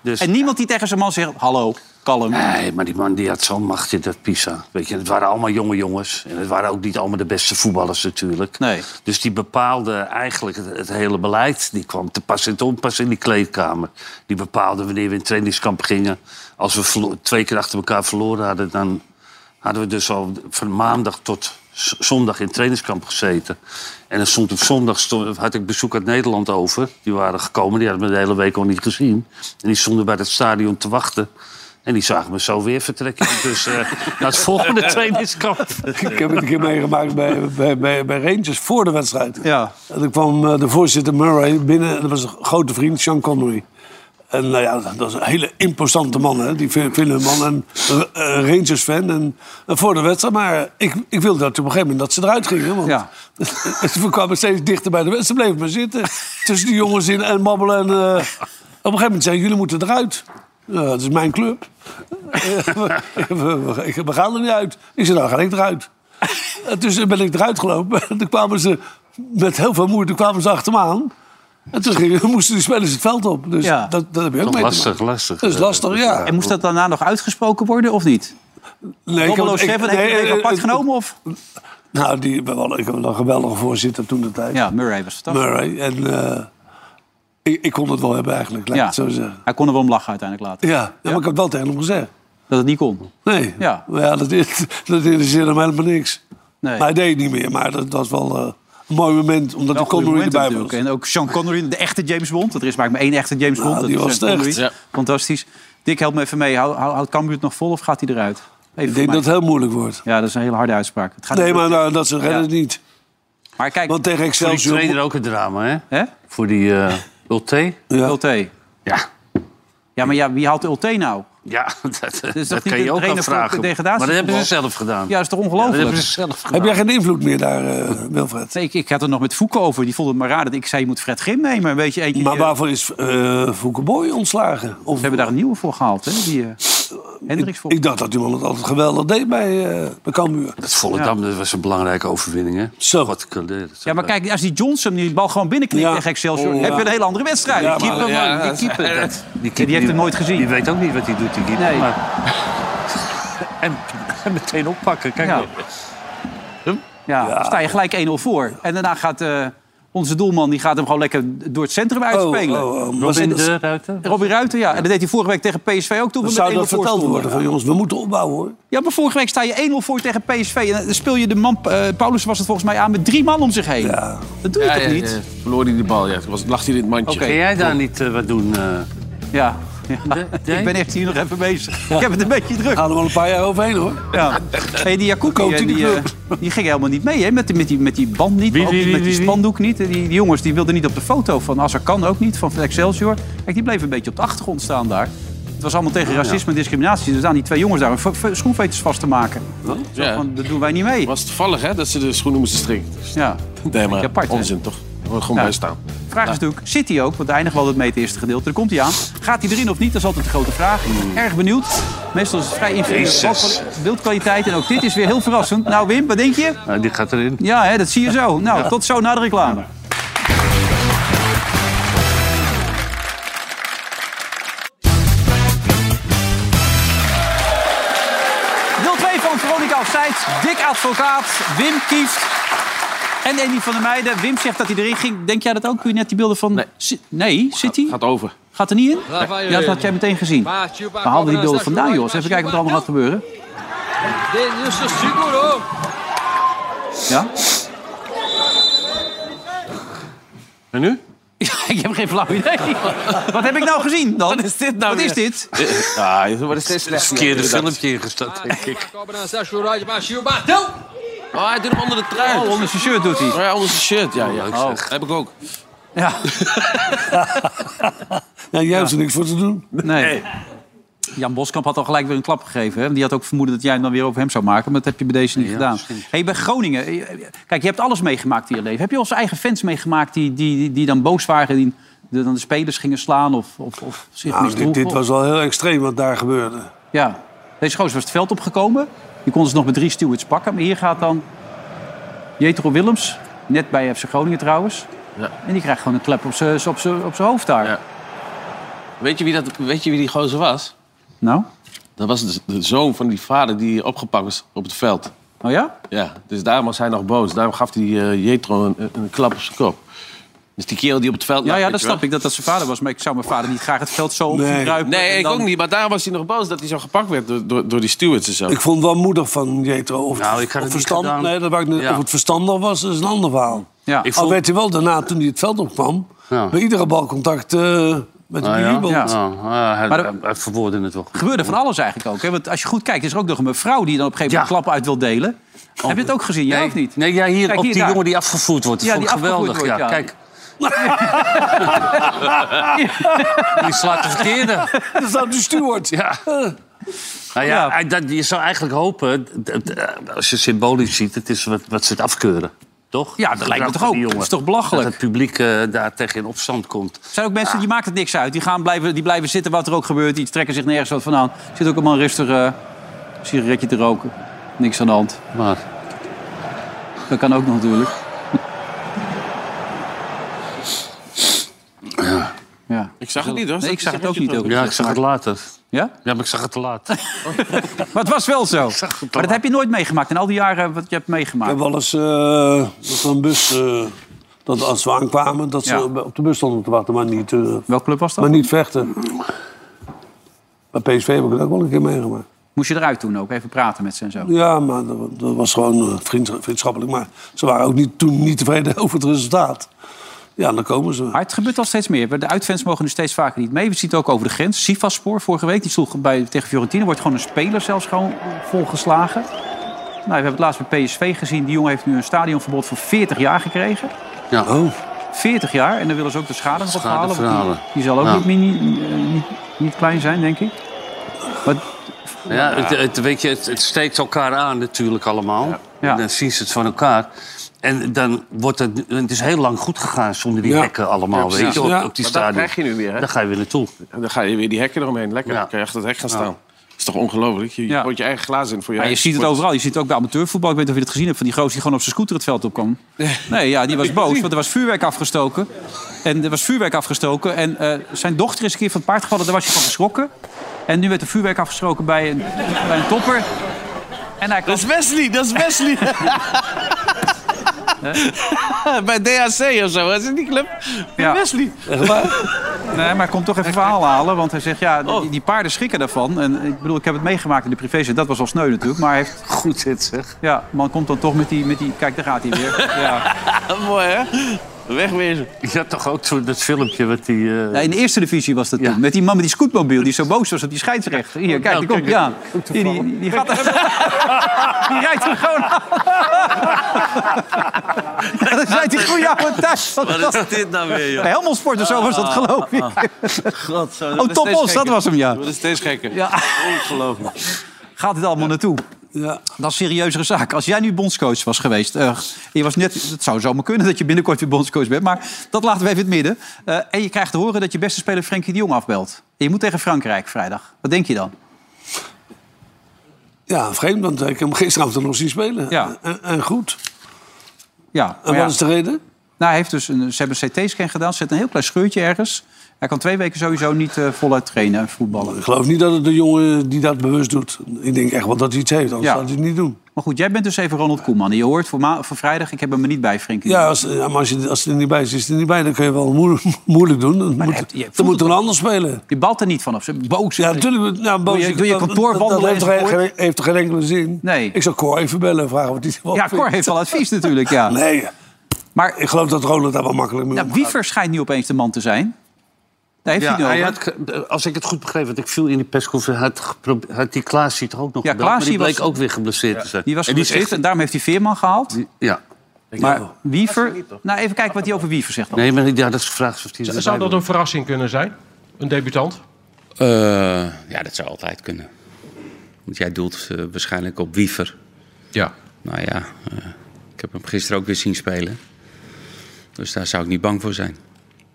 Speaker 4: Dus,
Speaker 2: en niemand die tegen zijn man zegt, hallo, kalm.
Speaker 4: Nee, maar die man die had zo'n macht in dat Pisa. Weet je, het waren allemaal jonge jongens. En het waren ook niet allemaal de beste voetballers natuurlijk.
Speaker 2: Nee.
Speaker 4: Dus die bepaalde eigenlijk het, het hele beleid. Die kwam te pas en te onpas in die kleedkamer. Die bepaalde wanneer we in trainingskamp gingen. Als we verlo- twee keer achter elkaar verloren hadden... dan hadden we dus al van maandag tot z- zondag in trainingskamp gezeten. En dan stond op zondag stond, had ik bezoek uit Nederland over. Die waren gekomen, die hadden me de hele week al niet gezien. En die stonden bij het stadion te wachten... En die zagen me zo weer vertrekken. [laughs] Dus eh naar het
Speaker 3: [laughs]
Speaker 4: volgende trainingskamp.
Speaker 3: Ik heb het een keer meegemaakt bij, bij, bij, bij Rangers voor de wedstrijd.
Speaker 2: Ja.
Speaker 3: En toen kwam eh, de voorzitter Murray binnen. Dat was een grote vriend, Sean Connery. En nou ja, dat- dat is een hele imposante man, hè? die Phil- Phil man en eh, Rangers-fan. En, en voor de wedstrijd, maar ik, ik wilde dat op een gegeven moment dat ze eruit gingen. Want
Speaker 2: Ja.
Speaker 3: [laughs] we kwamen steeds dichter bij de wedstrijd. Ze bleven maar zitten tussen die jongens in en babbelen. En, eh, op een gegeven moment zei ik, jullie moeten eruit. Ja, dat is mijn club. Eh, we, we- we gaan er niet uit. Ik zei, nou ga
Speaker 2: [laughs]
Speaker 3: ik eruit. En toen ben ik eruit gelopen. En toen kwamen ze met heel veel moeite kwamen ze achter me aan. En toen gingen, [laughs] moesten die spelers het veld op. Dus
Speaker 2: Ja.
Speaker 3: dat, dat heb je ook
Speaker 4: Toch
Speaker 3: mee te
Speaker 4: lastig,
Speaker 3: maken.
Speaker 4: lastig.
Speaker 3: Dat is lastig, ja.
Speaker 2: En moest dat daarna nog uitgesproken worden, of niet?
Speaker 3: Nee, ik heb-
Speaker 2: Robbelo Seven, heb je
Speaker 3: nee,
Speaker 2: het even
Speaker 3: eh,
Speaker 2: apart
Speaker 3: eh,
Speaker 2: genomen? Of?
Speaker 3: Nou, die, ik heb wel een geweldige voorzitter toen de tijd.
Speaker 2: Ja, Murray was fantastisch.
Speaker 3: Murray. En eh, ik, ik kon het wel hebben eigenlijk, laat ik
Speaker 2: Ja,
Speaker 3: het zo zeggen.
Speaker 2: hij kon er wel om lachen uiteindelijk later.
Speaker 3: Ja, ja, maar ik heb wel tegen hem gezegd.
Speaker 2: Dat het niet kon.
Speaker 3: Nee,
Speaker 2: Ja.
Speaker 3: [laughs] maar ja, dat, dat interesseerde hem helemaal niks.
Speaker 2: Nee.
Speaker 3: Maar hij deed het niet meer, maar dat was wel... eh, mooi moment, omdat
Speaker 2: Wel
Speaker 3: die
Speaker 2: een goede
Speaker 3: Connery
Speaker 2: moment
Speaker 3: erbij was.
Speaker 2: natuurlijk. En ook Sean Connery, de echte James Bond. Want Er is maar maar één echte James
Speaker 3: Nou,
Speaker 2: Bond. dat
Speaker 3: die
Speaker 2: is
Speaker 3: was
Speaker 2: Sean
Speaker 3: het echt.
Speaker 2: Connery.
Speaker 3: Ja.
Speaker 2: Fantastisch. Dick, help me even mee. Hou- hou- Houdt Cambuur het nog vol of gaat hij eruit? Even
Speaker 3: Ik
Speaker 2: voor
Speaker 3: denk
Speaker 2: mij.
Speaker 3: dat het heel moeilijk wordt.
Speaker 2: Ja, dat is een hele harde uitspraak. Het gaat
Speaker 3: Nee,
Speaker 2: niet
Speaker 3: maar
Speaker 2: lukken.
Speaker 3: nou, dat ze redden het niet.
Speaker 2: Maar kijk,
Speaker 3: Want tegen
Speaker 4: Voor die
Speaker 3: Excelsior...
Speaker 4: trainer ook een drama, hè?
Speaker 2: Hè?
Speaker 4: Voor die eh Ulte.
Speaker 3: Ja.
Speaker 2: Ulte.
Speaker 4: Ja.
Speaker 2: Ja, maar ja, wie haalt Ulte nou?
Speaker 4: Ja, [laughs] dat,
Speaker 2: is toch
Speaker 4: dat
Speaker 2: niet
Speaker 4: kan je
Speaker 2: de
Speaker 4: ook
Speaker 2: trainer voor
Speaker 4: afvragen.
Speaker 2: degradatie-
Speaker 4: Maar dat hebben ze
Speaker 2: voetbal?
Speaker 4: zelf gedaan.
Speaker 2: Ja, dat is toch
Speaker 4: dat
Speaker 2: ongelooflijk?
Speaker 4: hebben ze zelf gedaan.
Speaker 3: Heb jij geen invloed meer daar,
Speaker 2: [laughs]
Speaker 3: eh, Wilfred?
Speaker 2: Nee, ik, ik had het nog met Fouke over. Die vond het maar raar dat ik zei, je moet Fred Grim nemen. Weet je, eentje,
Speaker 3: Maar
Speaker 2: eh,
Speaker 3: waarvoor is eh Fouke Boy ontslagen? Of,
Speaker 2: we hebben daar een nieuwe voor gehaald. Hè? Die, eh, Hendricks voor.
Speaker 3: Ik dacht dat die man het altijd geweldig deed bij, eh bij Cambuur.
Speaker 4: Dat Volendam dat was een belangrijke overwinning, hè?
Speaker 3: Zo.
Speaker 4: Wat geleerd.
Speaker 2: Ja, maar kijk, als die Johnson die bal gewoon binnenknikt
Speaker 3: Ja.
Speaker 2: tegen Excelsior...
Speaker 3: Oh,
Speaker 2: heb je
Speaker 3: ja.
Speaker 2: een hele andere wedstrijd.
Speaker 3: Ja,
Speaker 2: Die keeper,
Speaker 4: maar- ja,
Speaker 2: man, die
Speaker 4: dat-
Speaker 2: keeper.
Speaker 4: dat- die
Speaker 2: die heeft hem nooit gezien.
Speaker 4: Die weet ook niet wat hij doet, die keeper.
Speaker 2: Nee.
Speaker 4: Maar... [laughs] en, en [laughs] meteen oppakken, kijk
Speaker 2: Ja.
Speaker 4: nou.
Speaker 2: Ja,
Speaker 3: Ja.
Speaker 2: sta je gelijk 1-0 voor. En daarna gaat eh, onze doelman die gaat hem gewoon lekker door het centrum uitspelen.
Speaker 3: oh, oh. Was
Speaker 4: Robin
Speaker 3: dat-
Speaker 4: de Ruiter.
Speaker 2: Robin Ruiter, ja. En dat deed hij vorige week tegen PSV ook toen
Speaker 3: Dan
Speaker 2: we
Speaker 3: zou
Speaker 2: met 1-0
Speaker 3: dat
Speaker 2: voor
Speaker 3: verteld
Speaker 2: stonden.
Speaker 3: worden van jongens, we moeten opbouwen hoor.
Speaker 2: Ja, maar vorige week sta je 1-0 voor tegen PSV. En dan speel je de man, eh, Paulus was het volgens mij aan, met drie man om zich heen. Dat doe je
Speaker 7: Ja,
Speaker 2: toch
Speaker 7: ja,
Speaker 2: niet?
Speaker 7: ja. Verloor hij de Oh, bal, ja. Toen was- lag hij in het mandje.
Speaker 2: Oké.
Speaker 4: Kun jij daar niet eh, wat doen? eh?
Speaker 2: Ja. Ja.
Speaker 4: nee?
Speaker 2: Ik ben echt hier nog even bezig. Ik heb het een beetje druk.
Speaker 3: Gaan er wel een paar jaar overheen hoor.
Speaker 2: Ja. [laughs] Hey, die Jacoubi,
Speaker 3: Koopt hij
Speaker 2: eh,
Speaker 3: die
Speaker 2: die, eh, die ging helemaal niet mee. Hè? Met, die, met, die, met die band niet, maar ook
Speaker 4: wie,
Speaker 2: niet met
Speaker 4: wie,
Speaker 2: die
Speaker 4: wie?
Speaker 2: spandoek niet. Eh, Die, die jongens die wilden niet op de foto van Azarkan ook niet, van Excelsior. Kijk, die bleven een beetje op de achtergrond staan daar. Het was allemaal tegen racisme en discriminatie. dus Er staan die twee jongens daar om v- v- schoenveters vast te maken. Oh, Zo
Speaker 7: Ja.
Speaker 2: van, dat doen wij niet mee.
Speaker 7: was toevallig, hè, dat ze de schoenen moesten strikken.
Speaker 2: Ja.
Speaker 7: Nee, maar
Speaker 2: apart, hè?
Speaker 7: onzin, toch? Gewoon
Speaker 2: Ja.
Speaker 7: bij staan.
Speaker 2: Vraag is natuurlijk, zit hij ook? Want daar eindigen we altijd mee het eerste gedeelte. Daar komt hij aan. Gaat hij erin of niet? Dat is altijd de grote vraag.
Speaker 7: Hmm.
Speaker 2: Erg benieuwd. Meestal is het vrij inferieur. Beeldkwaliteit en ook dit is weer heel verrassend. Nou Wim, wat denk je?
Speaker 4: Nou, die gaat erin.
Speaker 2: Ja, hè, dat zie je zo. Nou, tot zo na de reclame. Deel 2 van Veronica Offside. Dick Advocaat, Wim Kieft en Andy van der Meijden. Wim zegt dat hij erin ging. Denk jij dat ook? Kun je net die beelden van... Nee, nee zit hij?
Speaker 7: Gaat over.
Speaker 2: Gaat er niet in? Ja, dat had jij meteen gezien. Waar haalden die beelden vandaan, jongens? Even kijken wat er allemaal gaat gebeuren. Ja?
Speaker 7: En
Speaker 2: [laughs]
Speaker 7: nu?
Speaker 2: Ik heb geen flauw idee. Wat heb ik nou gezien dan? Wat
Speaker 7: is dit nou
Speaker 2: Wat is
Speaker 7: weer?
Speaker 2: dit?
Speaker 7: Ja, het wordt steeds slechter.
Speaker 4: Verkeerde
Speaker 7: inderdaad.
Speaker 4: filmpje ingestart, denk ik.
Speaker 7: Oh, hij doet hem onder de trui.
Speaker 2: Oh, onder zijn shirt doet hij.
Speaker 7: Oh, ja, onder zijn shirt, ja. ja.
Speaker 4: Leuk
Speaker 7: Oh,
Speaker 4: zeg.
Speaker 7: Heb ik ook.
Speaker 2: Ja,
Speaker 3: Ja, jij hebt er niks voor te doen.
Speaker 2: nee. Jan Boskamp had al gelijk weer een klap gegeven. Hè? Want Die had ook vermoeden dat jij hem dan weer over hem zou maken. Maar dat heb je bij deze niet gedaan. Hey, bij Groningen. eh, Kijk, je hebt alles meegemaakt in je leven. Heb je onze eigen fans meegemaakt die, die, die, die dan boos waren... die de- dan de spelers gingen slaan of, of, of zich
Speaker 3: Nou, dit,
Speaker 2: misdroegen?
Speaker 3: dit was wel heel extreem wat daar gebeurde.
Speaker 2: Ja, deze gozer was het veld opgekomen. Die kon ze nog met drie stewards pakken. Maar hier gaat dan Jetro Willems, net bij FC Groningen trouwens.
Speaker 7: Ja.
Speaker 2: En die krijgt gewoon een klep op zijn op z'n- op z'n hoofd daar.
Speaker 7: Ja. Weet je, wie dat, weet je wie die gozer was?
Speaker 2: Nou,
Speaker 7: Dat was de, de zoon van die vader die opgepakt was op het veld.
Speaker 2: oh ja?
Speaker 7: Ja, dus daarom was hij nog boos. Daarom gaf hij eh, Jetro een, een- een klap op zijn kop. Dus die kerel die op het
Speaker 2: Ja,
Speaker 7: veld lag,
Speaker 2: Nou ja,
Speaker 7: weet
Speaker 2: dat
Speaker 7: je wel.
Speaker 2: snap ik dat dat zijn vader was. Maar ik zou mijn vader niet graag het veld zo op
Speaker 3: Nee.
Speaker 2: zien kruipen.
Speaker 7: Nee,
Speaker 2: en
Speaker 7: ik
Speaker 2: dan-
Speaker 7: ook niet. Maar daarom was hij nog boos dat hij zo gepakt werd door, door, door die stewards en zo.
Speaker 3: Ik vond het wel moedig van Jetro. Of,
Speaker 4: Nou, ik had
Speaker 3: of
Speaker 4: het niet
Speaker 3: verstand,
Speaker 4: gedaan.
Speaker 3: nee, dat wou ik niet-
Speaker 4: Ja.
Speaker 3: of het verstandig was, dat is een ander verhaal.
Speaker 2: Ja.
Speaker 4: Ik
Speaker 3: Al
Speaker 4: vond-
Speaker 3: werd hij wel daarna, toen hij het veld opkwam...
Speaker 4: Ja.
Speaker 3: bij iedere balcontact eh, met de
Speaker 4: Ah, ja?
Speaker 3: milieuband.
Speaker 4: Ja. Ah, hij,
Speaker 2: Maar
Speaker 4: hij, hij verwoordde het wel goed.
Speaker 2: gebeurde van alles eigenlijk ook. Hè? Want als je goed kijkt, is er ook nog een mevrouw die dan op een gegeven moment
Speaker 4: Ja.
Speaker 2: een klap uit wil delen. Heb je het ook gezien? Jij
Speaker 4: nee,
Speaker 2: of niet?
Speaker 4: Nee, ja, hier
Speaker 2: Kijk,
Speaker 4: op
Speaker 2: hier,
Speaker 4: die
Speaker 2: daar.
Speaker 4: jongen die afgevoerd wordt.
Speaker 2: Ja,
Speaker 4: Ja, vond ik
Speaker 2: die afgevoerd
Speaker 4: geweldig. ja.
Speaker 2: wordt, ja. [laughs]
Speaker 4: Kijk. die slaat de verkeerde.
Speaker 3: [laughs] Dat is nou de steward.
Speaker 4: Ja. Nou ja,
Speaker 2: Ja.
Speaker 4: hij- dat- je zou eigenlijk hopen, d- d- eh, als je symbolisch ziet, het is wat, wat ze het afkeuren. Toch?
Speaker 2: Ja, dat lijkt me toch ook. Dat is toch belachelijk?
Speaker 4: Dat het publiek eh, daar tegen in opstand komt.
Speaker 2: Er zijn ook mensen die maakt het niks uit. Die, gaan blijven, die blijven zitten wat er ook gebeurt. Die trekken zich nergens wat van aan. Er Zit ook een man rustig eh, een sigaretje te roken. Niks aan de hand.
Speaker 4: Maar
Speaker 2: Dat kan ook nog natuurlijk. Ja.
Speaker 7: Ik zag het niet, hoor.
Speaker 2: Nee, ik zag het ook niet. Ook.
Speaker 4: ja, ik zag het later.
Speaker 2: Ja?
Speaker 4: Ja, maar ik zag het te laat.
Speaker 2: [laughs] Maar het was wel zo. Maar dat heb je nooit meegemaakt. In al die jaren wat je hebt
Speaker 3: Ik
Speaker 2: meegemaakt.
Speaker 3: heb wel eens eh, dat een bus... eh, dat als we aankwamen, dat ze
Speaker 2: Ja.
Speaker 3: op de bus stonden te wachten, maar niet, eh,
Speaker 2: Welke club was dat?
Speaker 3: maar niet vechten. Bij PSV heb ik het ook wel een keer meegemaakt.
Speaker 2: Moest je eruit toen ook? Even praten met ze en zo.
Speaker 3: Ja, maar dat, dat was gewoon eh, vriend- vriendschappelijk. Maar ze waren ook niet, toen niet tevreden [laughs] over het resultaat. Ja, dan komen ze.
Speaker 2: Maar het gebeurt al steeds meer. De uitfans mogen nu steeds vaker niet mee. We zien het ook over de grens. Sivasspor vorige week, die sloeg bij, tegen Fiorentina. Wordt gewoon een speler zelfs gewoon volgeslagen. Nou, we hebben het laatst bij PSV gezien. Die jongen heeft nu een stadionverbod voor 40 jaar gekregen.
Speaker 24: Ja.
Speaker 2: Oh. 40 jaar. En dan willen ze ook de schade nog
Speaker 24: Schade
Speaker 2: ophalen. want Die,
Speaker 24: verhalen.
Speaker 2: die zal ook
Speaker 24: Ja.
Speaker 2: niet, mini- eh, niet, niet klein zijn, denk ik. Maar
Speaker 4: Ja, het, het- weet je, het, het steekt elkaar aan natuurlijk allemaal. En dan zien ze het van elkaar. En dan wordt het... Het is heel lang goed gegaan zonder die
Speaker 7: Ja.
Speaker 4: hekken allemaal,
Speaker 7: Ja,
Speaker 4: weet
Speaker 7: precies.
Speaker 4: je, op,
Speaker 7: Ja.
Speaker 4: op die
Speaker 7: Maar daar
Speaker 4: stadion.
Speaker 7: krijg je nu weer, hè?
Speaker 4: Dan ga je weer naartoe.
Speaker 7: En dan ga je weer die hekken eromheen. Lekker. Dan kan je achter het hek gaan staan. Dat is toch ongelooflijk? Je gooit je eigen glazen in voor je
Speaker 2: Maar je
Speaker 7: eigen
Speaker 2: ziet het
Speaker 7: supporters.
Speaker 2: overal. Je ziet het ook bij amateurvoetbal. Ik weet niet of je het gezien hebt van die gozer die gewoon op zijn scooter het veld op
Speaker 14: [laughs]
Speaker 2: kwam. Nee, ja, die was boos, want er was vuurwerk afgestoken. En er was vuurwerk afgestoken. En eh, zijn dochter is een keer van het paard gevallen. Daar was je van geschrokken. En nu werd er vuurwerk afgestoken bij een, bij een topper. En hij kwam...
Speaker 14: Dat is Wesley, dat is Wesley. Bij DHC of zo, is het die club?
Speaker 2: Ja.
Speaker 14: Wesley.
Speaker 2: Nee, maar hij komt toch even verhaal halen. Want hij zegt, ja,
Speaker 14: Oh.
Speaker 2: die, die paarden schrikken daarvan. En ik bedoel, ik heb het meegemaakt in de privé. dus Dat was al sneu natuurlijk. Maar hij heeft...
Speaker 4: Goed dit, zeg.
Speaker 2: Ja, man komt dan toch met die... Met die... Kijk, daar gaat hij
Speaker 14: [laughs]
Speaker 2: weer. Ja.
Speaker 14: Mooi, hè? Wegwezen.
Speaker 4: Ik had toch ook toen dat filmpje met die... eh,
Speaker 2: Ja, in de eerste divisie was dat toen. Met die man met die scootmobiel die zo boos was op die scheidsrechter. Hier, kijk, die komt. Ja. Die, die, die, gaat er, [laughs] die rijdt er gewoon aan. Ja, Dan zei hij, goeie ouwe thuis.
Speaker 4: Wat is Ah, dit nou weer, joh?
Speaker 2: Bij Helmond Sport of zo was dat, geloof ik.
Speaker 14: God,
Speaker 2: Oh, Top Os, dat was hem, ja.
Speaker 14: Dat is steeds gekker.
Speaker 2: Ja.
Speaker 14: Ongelooflijk.
Speaker 2: Gaat het allemaal naartoe? Ja. Dat is een serieuzere zaak. Als jij nu bondscoach was geweest... eh, je was net, het zou zomaar kunnen dat je binnenkort weer bondscoach bent... maar dat laten we even in het midden. Eh, en je krijgt te horen dat je beste speler Frenkie de Jong afbelt. En je moet tegen Frankrijk vrijdag. Wat denk je dan?
Speaker 3: Ja, vreemd, want ik heb hem gisteravond nog zien spelen.
Speaker 2: Ja.
Speaker 3: En, en goed.
Speaker 2: Ja,
Speaker 3: En
Speaker 2: maar ja.
Speaker 3: Eh, wat is de reden?
Speaker 2: Nou, hij heeft dus een, ze hebben een CT-scan gedaan. Ze zet een heel klein scheurtje ergens. Hij kan twee weken sowieso niet eh, voluit trainen en voetballen.
Speaker 3: Ik geloof niet dat het de jongen die dat bewust doet. Ik denk echt wel dat hij iets heeft, anders
Speaker 2: Ja.
Speaker 3: zou hij het niet doen.
Speaker 2: Maar goed, jij bent dus even Ronald Koeman. En je hoort voor, ma- voor vrijdag, ik heb hem er niet bij, Frenkie.
Speaker 3: Ja, als, ja, maar als, je, als hij er niet bij is, is hij er niet bij. Dan kun je wel moe- [laughs] moeilijk doen. Dan moet,
Speaker 2: je voelt
Speaker 3: dan
Speaker 2: het
Speaker 3: moet er een
Speaker 2: wel.
Speaker 3: ander spelen.
Speaker 2: Je balt er niet van op. Ze boos.
Speaker 3: Ja, natuurlijk. Nou,
Speaker 2: Doe
Speaker 3: boos,
Speaker 2: je, doe je
Speaker 3: dat-
Speaker 2: kantoor
Speaker 3: dat-
Speaker 2: wandelen
Speaker 3: Dat, heeft,
Speaker 2: enzovoort?
Speaker 3: geen, heeft er geen enkele zin.
Speaker 2: Nee.
Speaker 3: Ik zou Cor even bellen en vragen wat hij ervan
Speaker 2: Ja, Cor
Speaker 3: vindt.
Speaker 2: heeft wel advies natuurlijk, ja.
Speaker 3: Nee,
Speaker 2: Maar
Speaker 3: ik geloof dat Ronald daar wel makkelijk mee
Speaker 2: nou,
Speaker 3: omgaat.
Speaker 2: Wiever schijnt nu opeens de man te zijn. Daar heeft
Speaker 4: ja,
Speaker 2: hij
Speaker 4: hij
Speaker 2: het over.
Speaker 4: had, ge- eh, als ik het goed begreep, want ik viel in die persconferentie... had, geprobe- had die Klaasie toch ook nog
Speaker 2: Ja,
Speaker 4: gebeld, maar die
Speaker 2: Klaasie
Speaker 4: bleek
Speaker 2: was-
Speaker 4: ook weer geblesseerd te zijn.
Speaker 2: Die was
Speaker 4: en die is
Speaker 2: geblesseerd
Speaker 4: echt-
Speaker 2: en daarom heeft hij Veerman gehaald.
Speaker 4: Ja.
Speaker 2: Maar Wiever... Nou, even kijken wat hij over Wiever zegt.
Speaker 4: Nee, maar ja, dat is de vraag of die erbij
Speaker 25: Zou dat
Speaker 4: wil.
Speaker 25: een verrassing kunnen zijn? Een debutant?
Speaker 24: Eh, ja, dat zou altijd kunnen. Want jij doelt eh, waarschijnlijk op Wiever.
Speaker 25: Ja.
Speaker 24: Nou ja, eh, ik heb hem gisteren ook weer zien spelen. Dus daar zou ik niet bang voor zijn.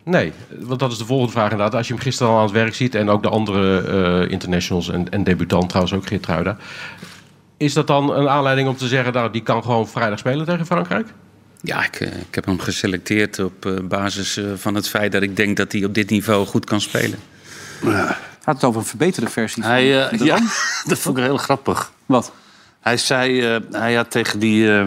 Speaker 25: Nee, want dat is de volgende vraag inderdaad. Als je hem gisteren al aan het werk ziet en ook de andere eh, internationals en, en debutant trouwens ook Geertruida. Is dat dan een aanleiding om te zeggen, nou, die kan gewoon vrijdag spelen tegen Frankrijk?
Speaker 24: Ja, ik, eh, ik heb hem geselecteerd op eh, basis eh, van het feit dat ik denk dat hij op dit niveau goed kan spelen.
Speaker 2: Hij had het over een verbeterde versie. van
Speaker 4: Hij, eh,
Speaker 2: de
Speaker 4: ja,
Speaker 2: Lam.
Speaker 4: [laughs] dat vond ik heel grappig.
Speaker 2: Wat?
Speaker 4: Hij zei, eh, hij had tegen die eh,